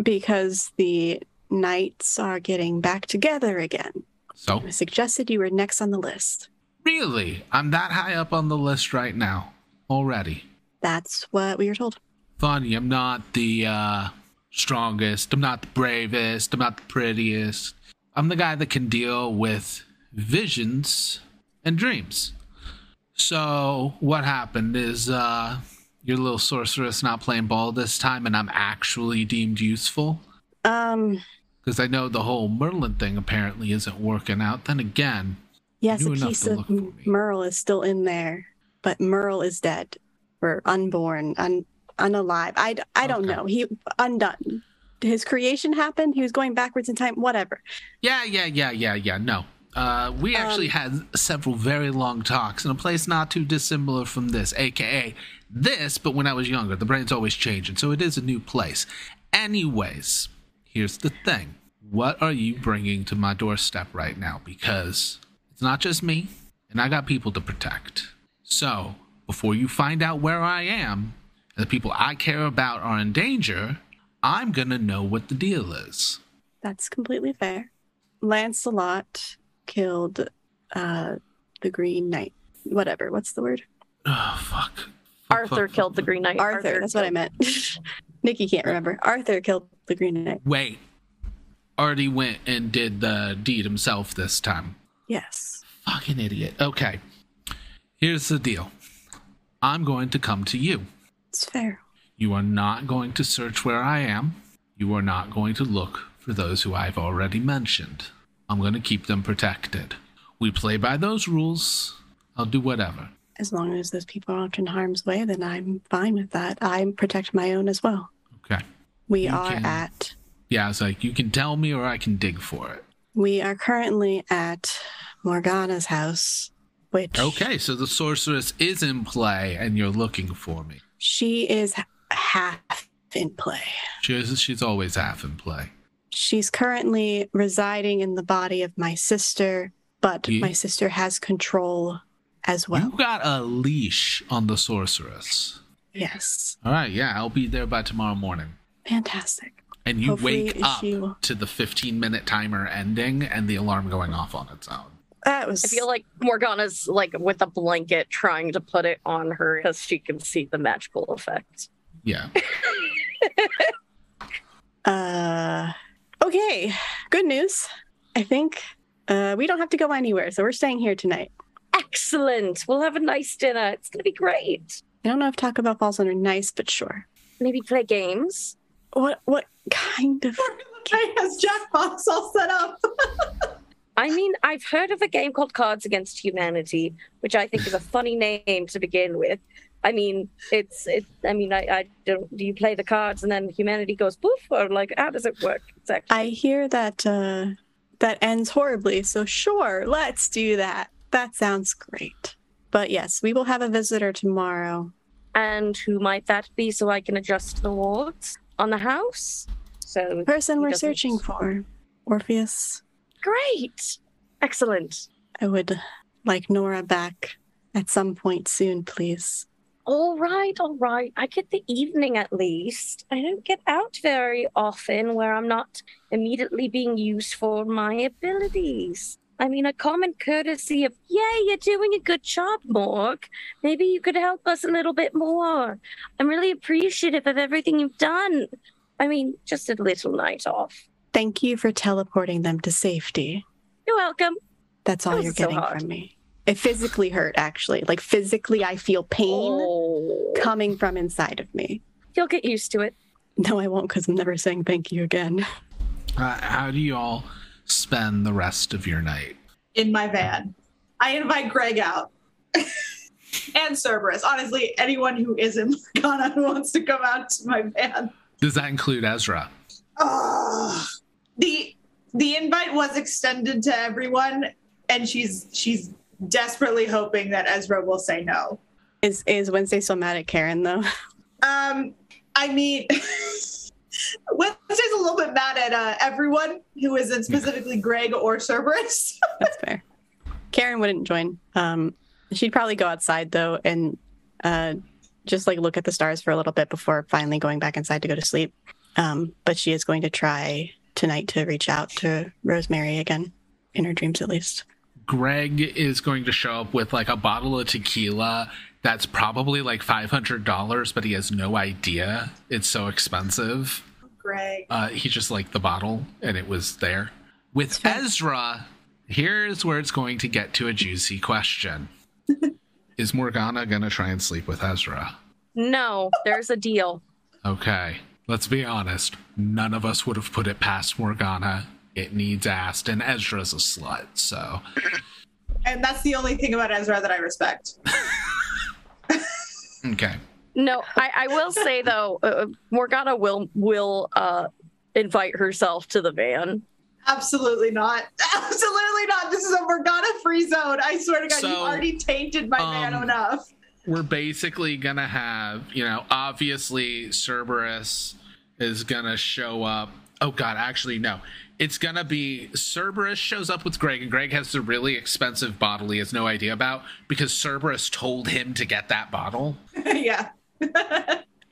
[SPEAKER 5] because the knights are getting back together again.
[SPEAKER 1] So,
[SPEAKER 5] I suggested you were next on the list.
[SPEAKER 1] really, I'm that high up on the list right now already.
[SPEAKER 5] That's what we were told.
[SPEAKER 1] Funny, I'm not the uh, strongest. I'm not the bravest. I'm not the prettiest. I'm the guy that can deal with visions and dreams. So what happened is uh, your little sorceress not playing ball this time, and I'm actually deemed useful
[SPEAKER 5] Um,
[SPEAKER 1] because I know the whole Merlin thing apparently isn't working out. Then again,
[SPEAKER 5] yes,
[SPEAKER 1] You
[SPEAKER 5] a
[SPEAKER 1] knew enough
[SPEAKER 5] piece
[SPEAKER 1] to
[SPEAKER 5] of
[SPEAKER 1] look for me.
[SPEAKER 5] Merle is still in there, but Merle is dead or unborn, un, unalive. I, d- I don't
[SPEAKER 1] Okay.
[SPEAKER 5] know. He undone. His creation happened. He was going backwards in time. Whatever.
[SPEAKER 1] Yeah, yeah, yeah, yeah, yeah. No. Uh, we actually had several very long talks in a place not too dissimilar from this, aka this, but when I was younger. The brain's always changing, so it is a new place. Anyways, here's the thing what are you bringing to my doorstep right now? Because it's not just me, and I got people to protect. So, before you find out where I am, and the people I care about are in danger, I'm gonna know what the deal is.
[SPEAKER 5] That's completely fair. Lancelot killed uh, the Green Knight. Whatever. What's the word?
[SPEAKER 1] Oh, fuck. Fuck,
[SPEAKER 3] Arthur
[SPEAKER 1] fuck, fuck,
[SPEAKER 3] killed the
[SPEAKER 1] fuck.
[SPEAKER 3] Green Knight.
[SPEAKER 5] Arthur. that's what I meant. Nikki can't remember. Arthur killed the Green Knight.
[SPEAKER 1] Wait. Artie went and did the deed himself this time.
[SPEAKER 5] Yes.
[SPEAKER 1] Fucking idiot. Okay. Here's the deal I'm going to come to you.
[SPEAKER 5] It's fair.
[SPEAKER 1] You are not going to search where I am. You are not going to look for those who I've already mentioned. I'm going to keep them protected. We play by those rules. I'll do whatever.
[SPEAKER 5] As long as those people aren't in harm's way, then I'm fine with that. I protect my own as well.
[SPEAKER 1] Okay.
[SPEAKER 5] We
[SPEAKER 1] You
[SPEAKER 5] are
[SPEAKER 1] can-
[SPEAKER 5] at
[SPEAKER 1] Yeah, it's like you can tell me or I can dig for it.
[SPEAKER 5] We are currently at Morgana's house, which
[SPEAKER 1] Okay, so the sorceress is in play and you're looking for me.
[SPEAKER 5] she is h- half in play.
[SPEAKER 1] She's, she's always half in play.
[SPEAKER 5] She's currently residing in the body of my sister, but
[SPEAKER 1] Ye-
[SPEAKER 5] my sister has control as well.
[SPEAKER 1] You got a leash on the sorceress.
[SPEAKER 5] Yes.
[SPEAKER 1] All right, yeah, I'll be there by tomorrow morning.
[SPEAKER 5] Fantastic.
[SPEAKER 1] And you
[SPEAKER 5] Hopefully
[SPEAKER 1] wake up
[SPEAKER 5] she will-
[SPEAKER 1] to the 15 minute timer ending and the alarm going off on its own.
[SPEAKER 5] That was
[SPEAKER 3] I feel like Morgana's like with a blanket trying to put it on her because she can see the magical effect.
[SPEAKER 1] Yeah.
[SPEAKER 5] uh okay. Good news. I think uh we don't have to go anywhere, so we're staying here tonight.
[SPEAKER 3] Excellent. We'll have a nice dinner. It's going to be great.
[SPEAKER 5] I don't know if Taco Bell falls under nice, but sure.
[SPEAKER 3] Maybe play games.
[SPEAKER 5] What what kind of
[SPEAKER 4] I has Jackbox all set up.
[SPEAKER 3] I mean, I've heard of a game called Cards Against Humanity, which I think is a funny name to begin with. I mean, it's it. I mean, I, I don't. Do you play the cards and then humanity goes poof, or like how does it work exactly?
[SPEAKER 5] I hear that uh that ends horribly, so sure, let's do that. That sounds great. But yes, we will have a visitor tomorrow.
[SPEAKER 3] and who might that be? So I can adjust the wards on the house. So
[SPEAKER 5] The person
[SPEAKER 3] He
[SPEAKER 5] we're
[SPEAKER 3] doesn't-
[SPEAKER 5] searching for, Orpheus.
[SPEAKER 3] Great. Excellent.
[SPEAKER 5] I would like Nora back at some point soon, please.
[SPEAKER 3] All right, all right. I get the evening at least. I don't get out very often where I'm not immediately being used for my abilities. I mean, a common courtesy of, yay, you're doing a good job, Morg. Maybe you could help us a little bit more. I'm really appreciative of everything you've done. I mean, just a little night off.
[SPEAKER 5] Thank you for teleporting them to safety.
[SPEAKER 3] You're welcome.
[SPEAKER 5] That's all
[SPEAKER 3] That
[SPEAKER 5] you're
[SPEAKER 3] wasn't so
[SPEAKER 5] getting
[SPEAKER 3] hard.
[SPEAKER 5] from me. It physically hurt, actually. Like physically, I feel pain
[SPEAKER 3] Oh.
[SPEAKER 5] coming from inside of me.
[SPEAKER 3] You'll get used to it.
[SPEAKER 5] No, I won't, because I'm never saying thank you again.
[SPEAKER 1] Uh, how do you all spend the rest of your night?
[SPEAKER 4] in my van. I invite Greg out and Cerberus. Honestly, anyone who isn't Morgana who wants to come out to my van.
[SPEAKER 1] Does that include Ezra?
[SPEAKER 4] Ugh. The the invite was extended to everyone, and she's she's desperately hoping that Ezra will say no.
[SPEAKER 5] Is is Wednesday still mad at Karen though?
[SPEAKER 4] Um, I mean, Wednesday's a little bit mad at uh, everyone who isn't specifically Greg or Cerberus.
[SPEAKER 5] That's fair. Karen wouldn't join. Um, she'd probably go outside though and uh, just like look at the stars for a little bit before finally going back inside to go to sleep. Um, but she is going to try tonight to reach out to Rosemary again, in her dreams at least.
[SPEAKER 1] Greg is going to show up with like a bottle of tequila that's probably like $500, but he has no idea. It's so expensive.
[SPEAKER 4] Greg,
[SPEAKER 1] Uh, he just liked the bottle and it was there. With
[SPEAKER 5] fair.
[SPEAKER 1] Ezra, here's where it's going to get to a juicy question Is Morgana going to try and sleep with Ezra?
[SPEAKER 3] No, there's a deal.
[SPEAKER 1] Okay, let's be honest. None of us would have put it past Morgana. It needs asked, and Ezra's a slut, so.
[SPEAKER 4] and that's the only thing about Ezra that I respect.
[SPEAKER 1] Okay.
[SPEAKER 3] No, I, I will say though, uh, Morgana will will uh, invite herself to the van.
[SPEAKER 4] Absolutely not. Absolutely not. This is a Morgana free zone. I swear to God,
[SPEAKER 1] So,
[SPEAKER 4] you've already tainted my man
[SPEAKER 1] um,
[SPEAKER 4] enough.
[SPEAKER 1] we're basically gonna have you know obviously cerberus is gonna show up oh god actually no it's gonna be cerberus shows up with greg and greg has the really expensive bottle he has no idea about because cerberus told him to get that bottle
[SPEAKER 4] yeah.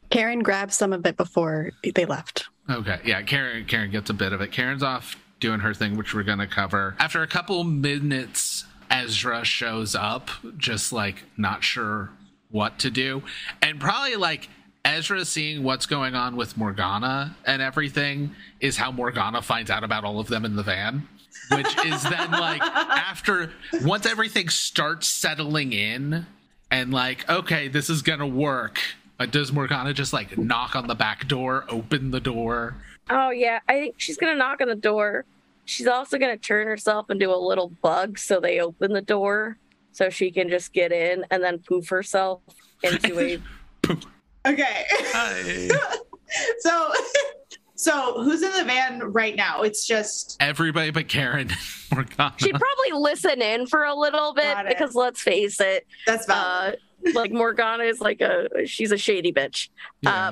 [SPEAKER 5] Karen grabbed some of it before they left.
[SPEAKER 1] Okay, yeah, Karen Karen gets a bit of it. Karen's off doing her thing, which we're gonna cover. After a couple minutes, Ezra shows up, just like not sure what to do. And probably like Ezra seeing what's going on with Morgana and everything is how Morgana finds out about all of them in the van. Which is then like after once everything starts settling in and like, okay, this is gonna work. Uh, does Morgana just like knock on the back door, open the door?
[SPEAKER 3] Oh yeah, I think she's gonna knock on the door. She's also gonna turn herself into a little bug so they open the door so she can just get in and then poof herself into a
[SPEAKER 4] Okay. so So who's in the van right now? It's just
[SPEAKER 1] Everybody but Karen. We're gone.
[SPEAKER 3] She'd probably listen in for a little bit
[SPEAKER 4] Got it.
[SPEAKER 3] because let's face it,
[SPEAKER 4] that's valid.
[SPEAKER 3] uh, like Morgana is like a she's a shady bitch. Uh,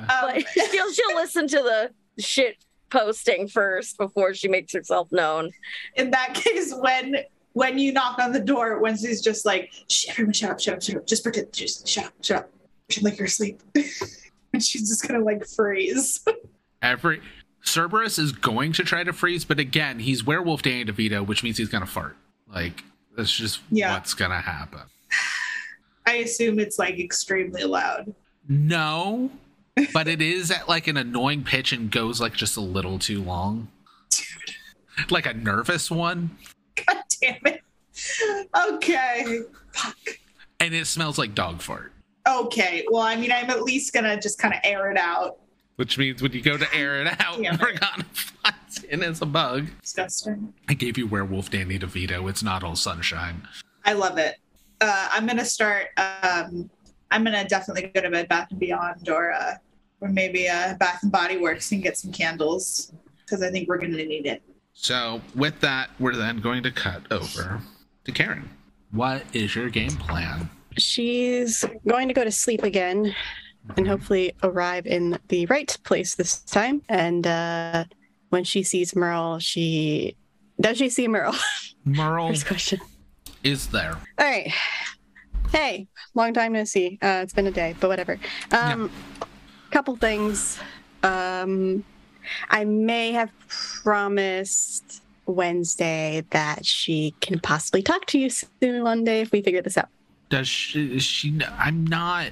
[SPEAKER 1] Yeah.
[SPEAKER 4] Yeah.
[SPEAKER 3] but she'll she'll listen to the shit posting first before she makes herself known.
[SPEAKER 4] in that case, when when you knock on the door, Wednesday's just like, Shh, everyone shut up, shut up, shut up. Just pretend just shut up, shut up. Pretend like you're asleep. and she's just gonna like freeze.
[SPEAKER 1] Every Cerberus is going to try to freeze, but again, he's werewolf Danny DeVito, which means he's gonna fart. Like that's just
[SPEAKER 4] Yeah.
[SPEAKER 1] what's gonna happen.
[SPEAKER 4] I assume it's like extremely loud.
[SPEAKER 1] No, but it is at like an annoying pitch and goes like just a little too long. Like a nervous one,
[SPEAKER 4] God damn it. Okay.
[SPEAKER 1] and it smells like dog fart.
[SPEAKER 4] Okay. Well, I mean, I'm at least gonna just kind of air it out.
[SPEAKER 1] Which means when you go to air it out,
[SPEAKER 4] Damn it.
[SPEAKER 1] we're gonna find it as a bug.
[SPEAKER 4] Disgusting.
[SPEAKER 1] I gave you werewolf Danny DeVito. It's not all sunshine.
[SPEAKER 4] I love it. Uh, I'm gonna start. Um, I'm gonna definitely go to Bed Bath and Beyond or uh, or maybe uh, Bath and Body Works and get some candles because I think we're gonna need it.
[SPEAKER 1] So, with that, we're then going to cut over to Karen. What is your game plan?
[SPEAKER 5] She's going to go to sleep again and hopefully arrive in the right place this time. And uh, when she sees Merle, she. Does she see Merle?
[SPEAKER 1] Merle
[SPEAKER 5] First question.
[SPEAKER 1] is there.
[SPEAKER 5] All right. Hey, long time no see. Uh, it's been a day, but whatever. Um, Couple things. Um, I may have promised Wednesday that she can possibly talk to you soon one day if we figure this out.
[SPEAKER 1] Does she? Is she? I'm not.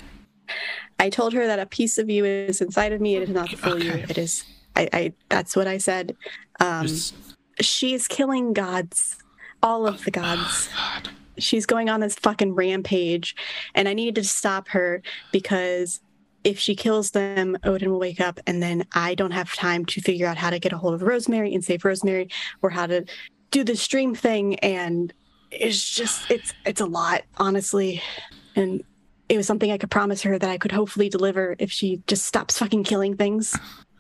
[SPEAKER 5] I told her that a piece of you is inside of me. It is not the full you.
[SPEAKER 1] Okay.
[SPEAKER 5] It is. I, I. That's what I said. Um,
[SPEAKER 1] just-
[SPEAKER 5] she's killing gods, all of the gods.
[SPEAKER 1] God.
[SPEAKER 5] she's going on this fucking rampage and i need to stop her because if she kills them odin will wake up and then i don't have time to figure out how to get a hold of rosemary and save rosemary or how to do the stream thing and it's just it's it's a lot honestly and it was something i could promise her that i could hopefully deliver if she just stops fucking killing things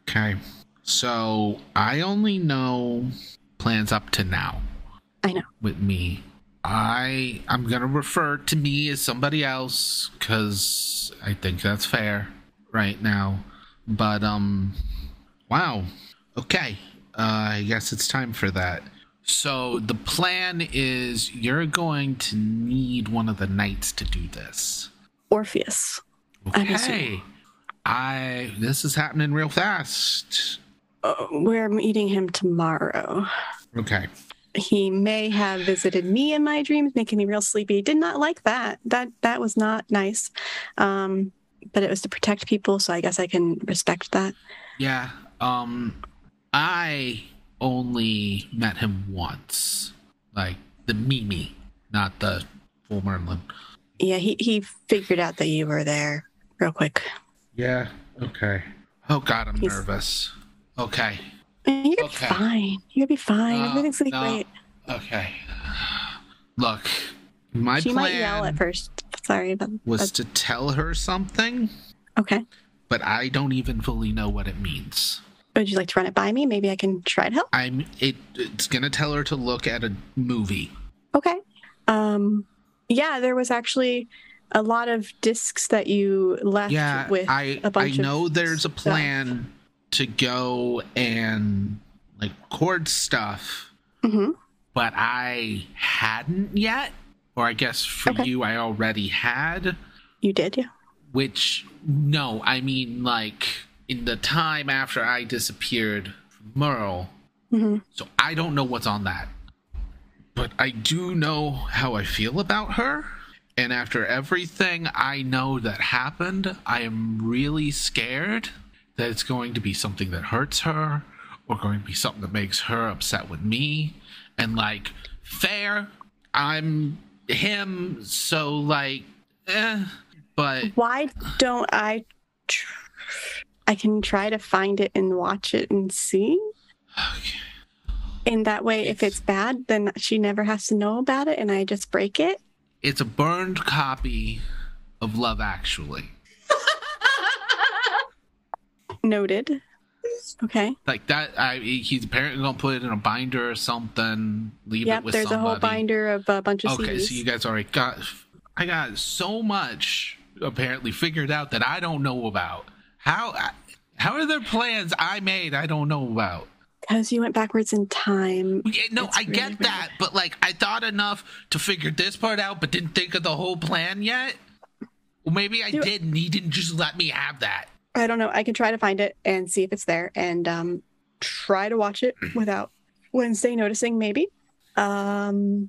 [SPEAKER 1] Okay. So I only know plans up to now.
[SPEAKER 5] I know.
[SPEAKER 1] With me, I I'm gonna refer to me as somebody else because I think that's fair right now. But um, wow. Okay. Uh, I guess it's time for that. So the plan is you're going to need one of the knights to do this.
[SPEAKER 5] orpheus I'm assuming.
[SPEAKER 1] Okay. I this is happening real fast.
[SPEAKER 5] uh, we're meeting him tomorrow
[SPEAKER 1] Okay.
[SPEAKER 5] he may have visited me in my dreams making me real sleepy did not like that that that was not nice um but it was to protect people so i guess i can respect that
[SPEAKER 1] Yeah. Um I only met him once. Like the Mimi, not the full Merlin.
[SPEAKER 5] yeah he he figured out that you were there real quick
[SPEAKER 1] Yeah. Okay. Oh god, I'm
[SPEAKER 5] He's-
[SPEAKER 1] nervous. Okay.
[SPEAKER 5] And you're gonna
[SPEAKER 1] Okay.
[SPEAKER 5] be fine you're gonna be fine
[SPEAKER 1] No,
[SPEAKER 5] everything's gonna be
[SPEAKER 1] no.
[SPEAKER 5] great
[SPEAKER 1] Okay. Look, my
[SPEAKER 5] she
[SPEAKER 1] plan
[SPEAKER 5] might yell at first sorry but
[SPEAKER 1] was
[SPEAKER 5] that's-
[SPEAKER 1] to tell her something,
[SPEAKER 5] okay
[SPEAKER 1] but I don't even fully know what it means.
[SPEAKER 5] would you like to run it by me maybe i can try to help
[SPEAKER 1] I'm it it's gonna tell her to look at a movie.
[SPEAKER 5] Okay. Um, yeah, there was actually a lot of discs that you left
[SPEAKER 1] Yeah,
[SPEAKER 5] with
[SPEAKER 1] I
[SPEAKER 5] a bunch
[SPEAKER 1] I
[SPEAKER 5] of
[SPEAKER 1] know there's a
[SPEAKER 5] stuff.
[SPEAKER 1] plan to go and like record stuff,
[SPEAKER 5] Mhm.
[SPEAKER 1] but I hadn't yet. Or I guess for
[SPEAKER 5] Okay.
[SPEAKER 1] you I already had.
[SPEAKER 5] You did, yeah.
[SPEAKER 1] Which no, I mean like in the time after I disappeared from Merle.
[SPEAKER 5] hmm
[SPEAKER 1] So I don't know what's on that. But I do know how I feel about her. And after everything I know that happened, I am really scared that it's going to be something that hurts her or going to be something that makes her upset with me. And like, fair, I'm him, so like, eh. But
[SPEAKER 5] Why don't I? Tr- I can try to find it and watch it and see.
[SPEAKER 1] okay.
[SPEAKER 5] In that way, if it's bad, then she never has to know about it, and I just break it.
[SPEAKER 1] it's a burned copy of Love Actually.
[SPEAKER 5] Noted. Okay.
[SPEAKER 1] Like that, I, he's apparently gonna put it in a binder or something. Leave
[SPEAKER 5] yep.
[SPEAKER 1] it with
[SPEAKER 5] There's
[SPEAKER 1] somebody.
[SPEAKER 5] a whole binder of a bunch of
[SPEAKER 1] Okay,
[SPEAKER 5] CDs.
[SPEAKER 1] so you guys already got. I got so much apparently figured out that I don't know about. How how are there plans I made I don't know about?
[SPEAKER 5] Because you went backwards in time.
[SPEAKER 1] Yeah, no,
[SPEAKER 5] It's
[SPEAKER 1] I
[SPEAKER 5] really
[SPEAKER 1] get
[SPEAKER 5] weird.
[SPEAKER 1] that, but like I thought enough to figure this part out, but didn't think of the whole plan yet. Well, maybe I
[SPEAKER 5] Do-
[SPEAKER 1] did, and he didn't just let me have that.
[SPEAKER 5] I don't know. I can try to find it and see if it's there and um, try to watch it
[SPEAKER 1] Mm.
[SPEAKER 5] without Wednesday noticing, maybe. Um,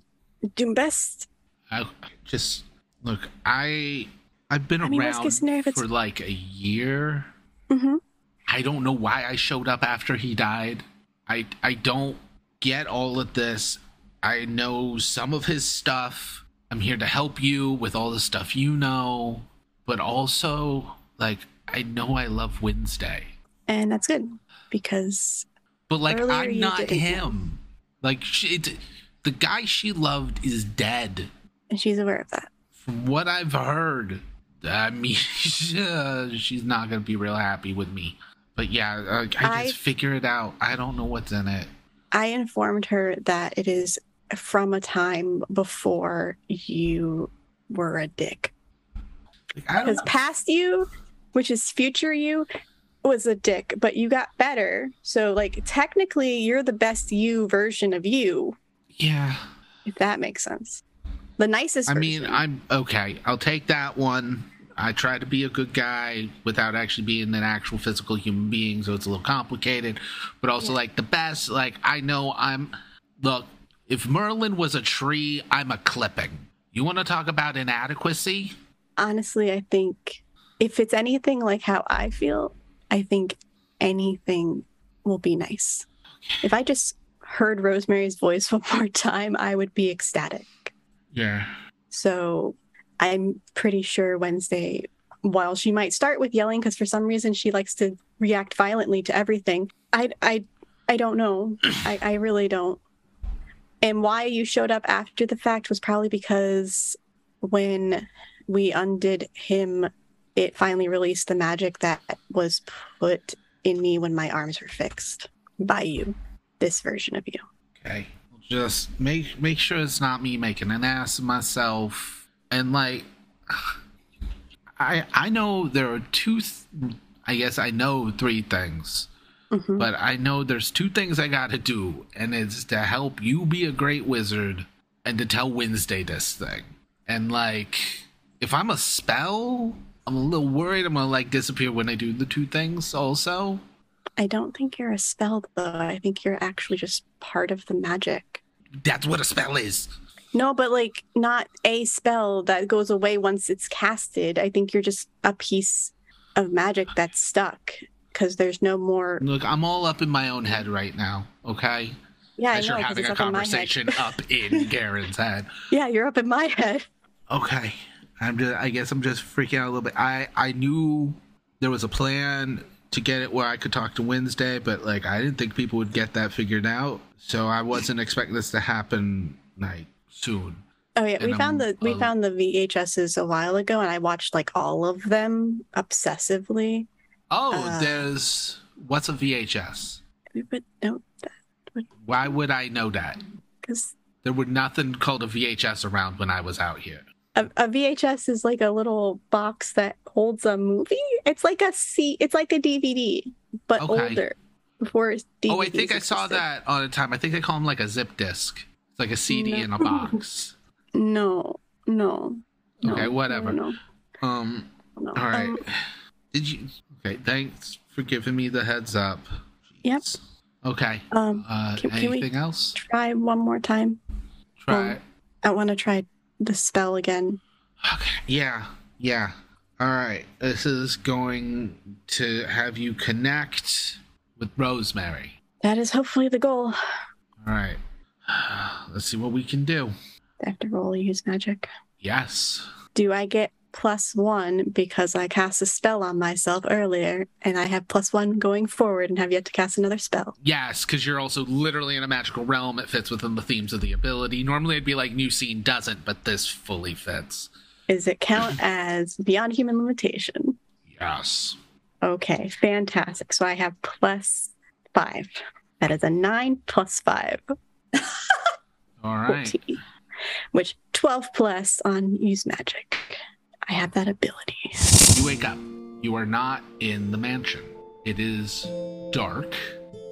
[SPEAKER 5] doing best.
[SPEAKER 1] I just look. I I've been
[SPEAKER 5] I mean, worst
[SPEAKER 1] around
[SPEAKER 5] case scenario, if it's-
[SPEAKER 1] for like a year.
[SPEAKER 5] hmm
[SPEAKER 1] I don't know why I showed up after he died. I I don't get all of this. I know some of his stuff. I'm here to help you with all the stuff you know, but also like I know I love Wednesday.
[SPEAKER 5] And that's good because
[SPEAKER 1] But like
[SPEAKER 5] Earlier
[SPEAKER 1] I'm
[SPEAKER 5] you
[SPEAKER 1] not
[SPEAKER 5] didn't know.
[SPEAKER 1] him. Like she, it, the guy she loved is dead.
[SPEAKER 5] and she's aware of that.
[SPEAKER 1] From what I've heard, I mean, uh, she's not gonna be real happy with me. But yeah, I, I just
[SPEAKER 5] I-
[SPEAKER 1] figure it out. I don't know what's in it.
[SPEAKER 5] I informed her that it is from a time before you were a dick.
[SPEAKER 1] Like, I don't
[SPEAKER 5] Because past you, which is future you, was a dick, but you got better. So, like, technically, you're the best you version of you,
[SPEAKER 1] Yeah.
[SPEAKER 5] if that makes sense. The nicest.
[SPEAKER 1] I mean,
[SPEAKER 5] version.
[SPEAKER 1] I'm okay. I'll take that one. I try to be a good guy without actually being an actual physical human being, so it's a little complicated. But also, like, the best, like, I know I'm. Look, if Merlin was a tree, I'm a clipping. You want to talk about inadequacy?
[SPEAKER 5] honestly, I think if it's anything like how I feel, I think anything will be nice. If I just heard Rosemary's voice one more time, I would be ecstatic.
[SPEAKER 1] Yeah.
[SPEAKER 5] So I'm pretty sure Wednesday, while she might start with yelling because for some reason she likes to react violently to everything, I I I don't know. I, I really don't. And why you showed up after the fact was probably because when we undid him, it finally released the magic that was put in me when my arms were fixed by you, this version of you.
[SPEAKER 1] Okay. Just make make sure it's not me making an ass of myself. And like, I I know there are two. Th- I guess I know three things.
[SPEAKER 5] Mhm.
[SPEAKER 1] But I know there's two things I gotta do, and it's to help you be a great wizard and to tell Wednesday this thing. And like, if I'm a spell, I'm a little worried I'm gonna like disappear when I do the two things also.
[SPEAKER 5] I don't think you're a spell, though. I think you're actually just part of the magic.
[SPEAKER 1] That's what a spell is.
[SPEAKER 5] No, but like not a spell that goes away once it's casted. I think you're just a piece of magic that's stuck because there's no more.
[SPEAKER 1] Look, I'm all up in my own head right now, okay?
[SPEAKER 5] Yeah,
[SPEAKER 1] As
[SPEAKER 5] I know.
[SPEAKER 1] you're
[SPEAKER 5] 'cause
[SPEAKER 1] having
[SPEAKER 5] it's
[SPEAKER 1] a
[SPEAKER 5] up in my head.
[SPEAKER 1] conversation up in Garen's head.
[SPEAKER 5] Yeah, you're up in my head.
[SPEAKER 1] Okay. I'm just I guess I'm just freaking out a little bit. I I knew there was a plan to get it where I could talk to Wednesday, but like I didn't think people would get that figured out. So I wasn't expecting this to happen like soon.
[SPEAKER 5] Oh yeah, we
[SPEAKER 1] And
[SPEAKER 5] found
[SPEAKER 1] I'm-
[SPEAKER 5] the we
[SPEAKER 1] I'll-
[SPEAKER 5] found the VHSs a while ago, and I watched like all of them obsessively.
[SPEAKER 1] Oh,
[SPEAKER 5] Uh.
[SPEAKER 1] there's what's a VHS?
[SPEAKER 5] We would note that
[SPEAKER 1] Why would I know that?
[SPEAKER 5] because
[SPEAKER 1] There were nothing called a VHS around when I was out here.
[SPEAKER 5] a, a VHS is like a little box that holds a movie. It's like a C. It's like a DVD, but
[SPEAKER 1] Okay.
[SPEAKER 5] older. Before DVDs
[SPEAKER 1] oh, I think I saw
[SPEAKER 5] existed.
[SPEAKER 1] that on a time. I think they call them like a zip disc. It's like a CD in a box.
[SPEAKER 5] No, no. no,
[SPEAKER 1] Okay, whatever.
[SPEAKER 5] No,
[SPEAKER 1] Um,
[SPEAKER 5] no, no.
[SPEAKER 1] All right.
[SPEAKER 5] Um,
[SPEAKER 1] Did you? Okay. Thanks for giving me the heads up.
[SPEAKER 5] Yep.
[SPEAKER 1] Jeez. Okay.
[SPEAKER 5] um,
[SPEAKER 1] Uh,
[SPEAKER 5] Can- can we-
[SPEAKER 1] anything else?
[SPEAKER 5] try one more time.
[SPEAKER 1] Try. it.
[SPEAKER 5] I want to try the spell again.
[SPEAKER 1] Okay. Yeah. Yeah. All right. This is going to have you connect with Rosemary.
[SPEAKER 5] That is hopefully the goal.
[SPEAKER 1] All right. Let's see what we can do.
[SPEAKER 5] After roll, use magic.
[SPEAKER 1] Yes.
[SPEAKER 5] Do I get plus one because I cast a spell on myself earlier, and I have plus one going forward, and have yet to cast another spell?
[SPEAKER 1] Yes, because you're also literally in a magical realm. It fits within the themes of the ability. Normally, I'd be like, new scene doesn't, but this fully fits.
[SPEAKER 5] Is it count as beyond human limitation?
[SPEAKER 1] Yes.
[SPEAKER 5] Okay, fantastic. So I have plus five. That is a nine plus five,
[SPEAKER 1] All right.
[SPEAKER 5] 14, which 12 plus on use magic. I have that ability.
[SPEAKER 1] You wake up. You are not in the mansion. It is dark,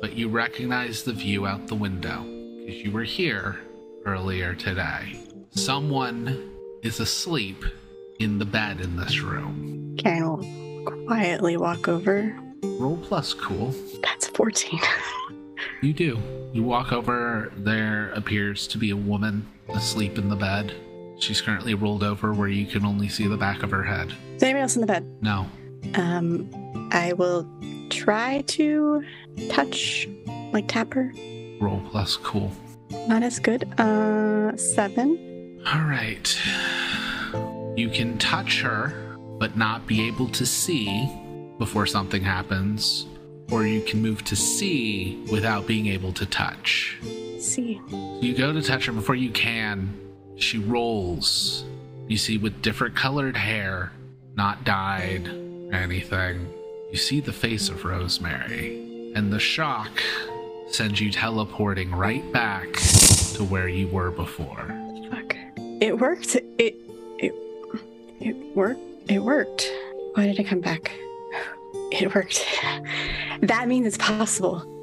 [SPEAKER 1] but you recognize the view out the window because you were here earlier today. Someone is asleep in the bed in this room.
[SPEAKER 5] Karen will quietly walk over.
[SPEAKER 1] Roll plus cool.
[SPEAKER 5] That's 14.
[SPEAKER 1] You do. You walk over. There appears to be a woman asleep in the bed. She's currently rolled over where you can only see the back of her head.
[SPEAKER 5] Is anybody else in the bed?
[SPEAKER 1] No.
[SPEAKER 5] Um, I will try to touch, like tap her.
[SPEAKER 1] Roll plus cool.
[SPEAKER 5] Not as good. Uh, seven.
[SPEAKER 1] All right. You can touch her, but not be able to see before something happens, or you can move to see without being able to touch.
[SPEAKER 5] See.
[SPEAKER 1] You go to touch her before you can. She rolls. You see, with different colored hair, not dyed, anything. You see the face of Rosemary, and the shock sends you teleporting right back to where you were before.
[SPEAKER 5] Fuck. It worked. It it it worked. It worked. Why did it come back? It worked. That means it's possible.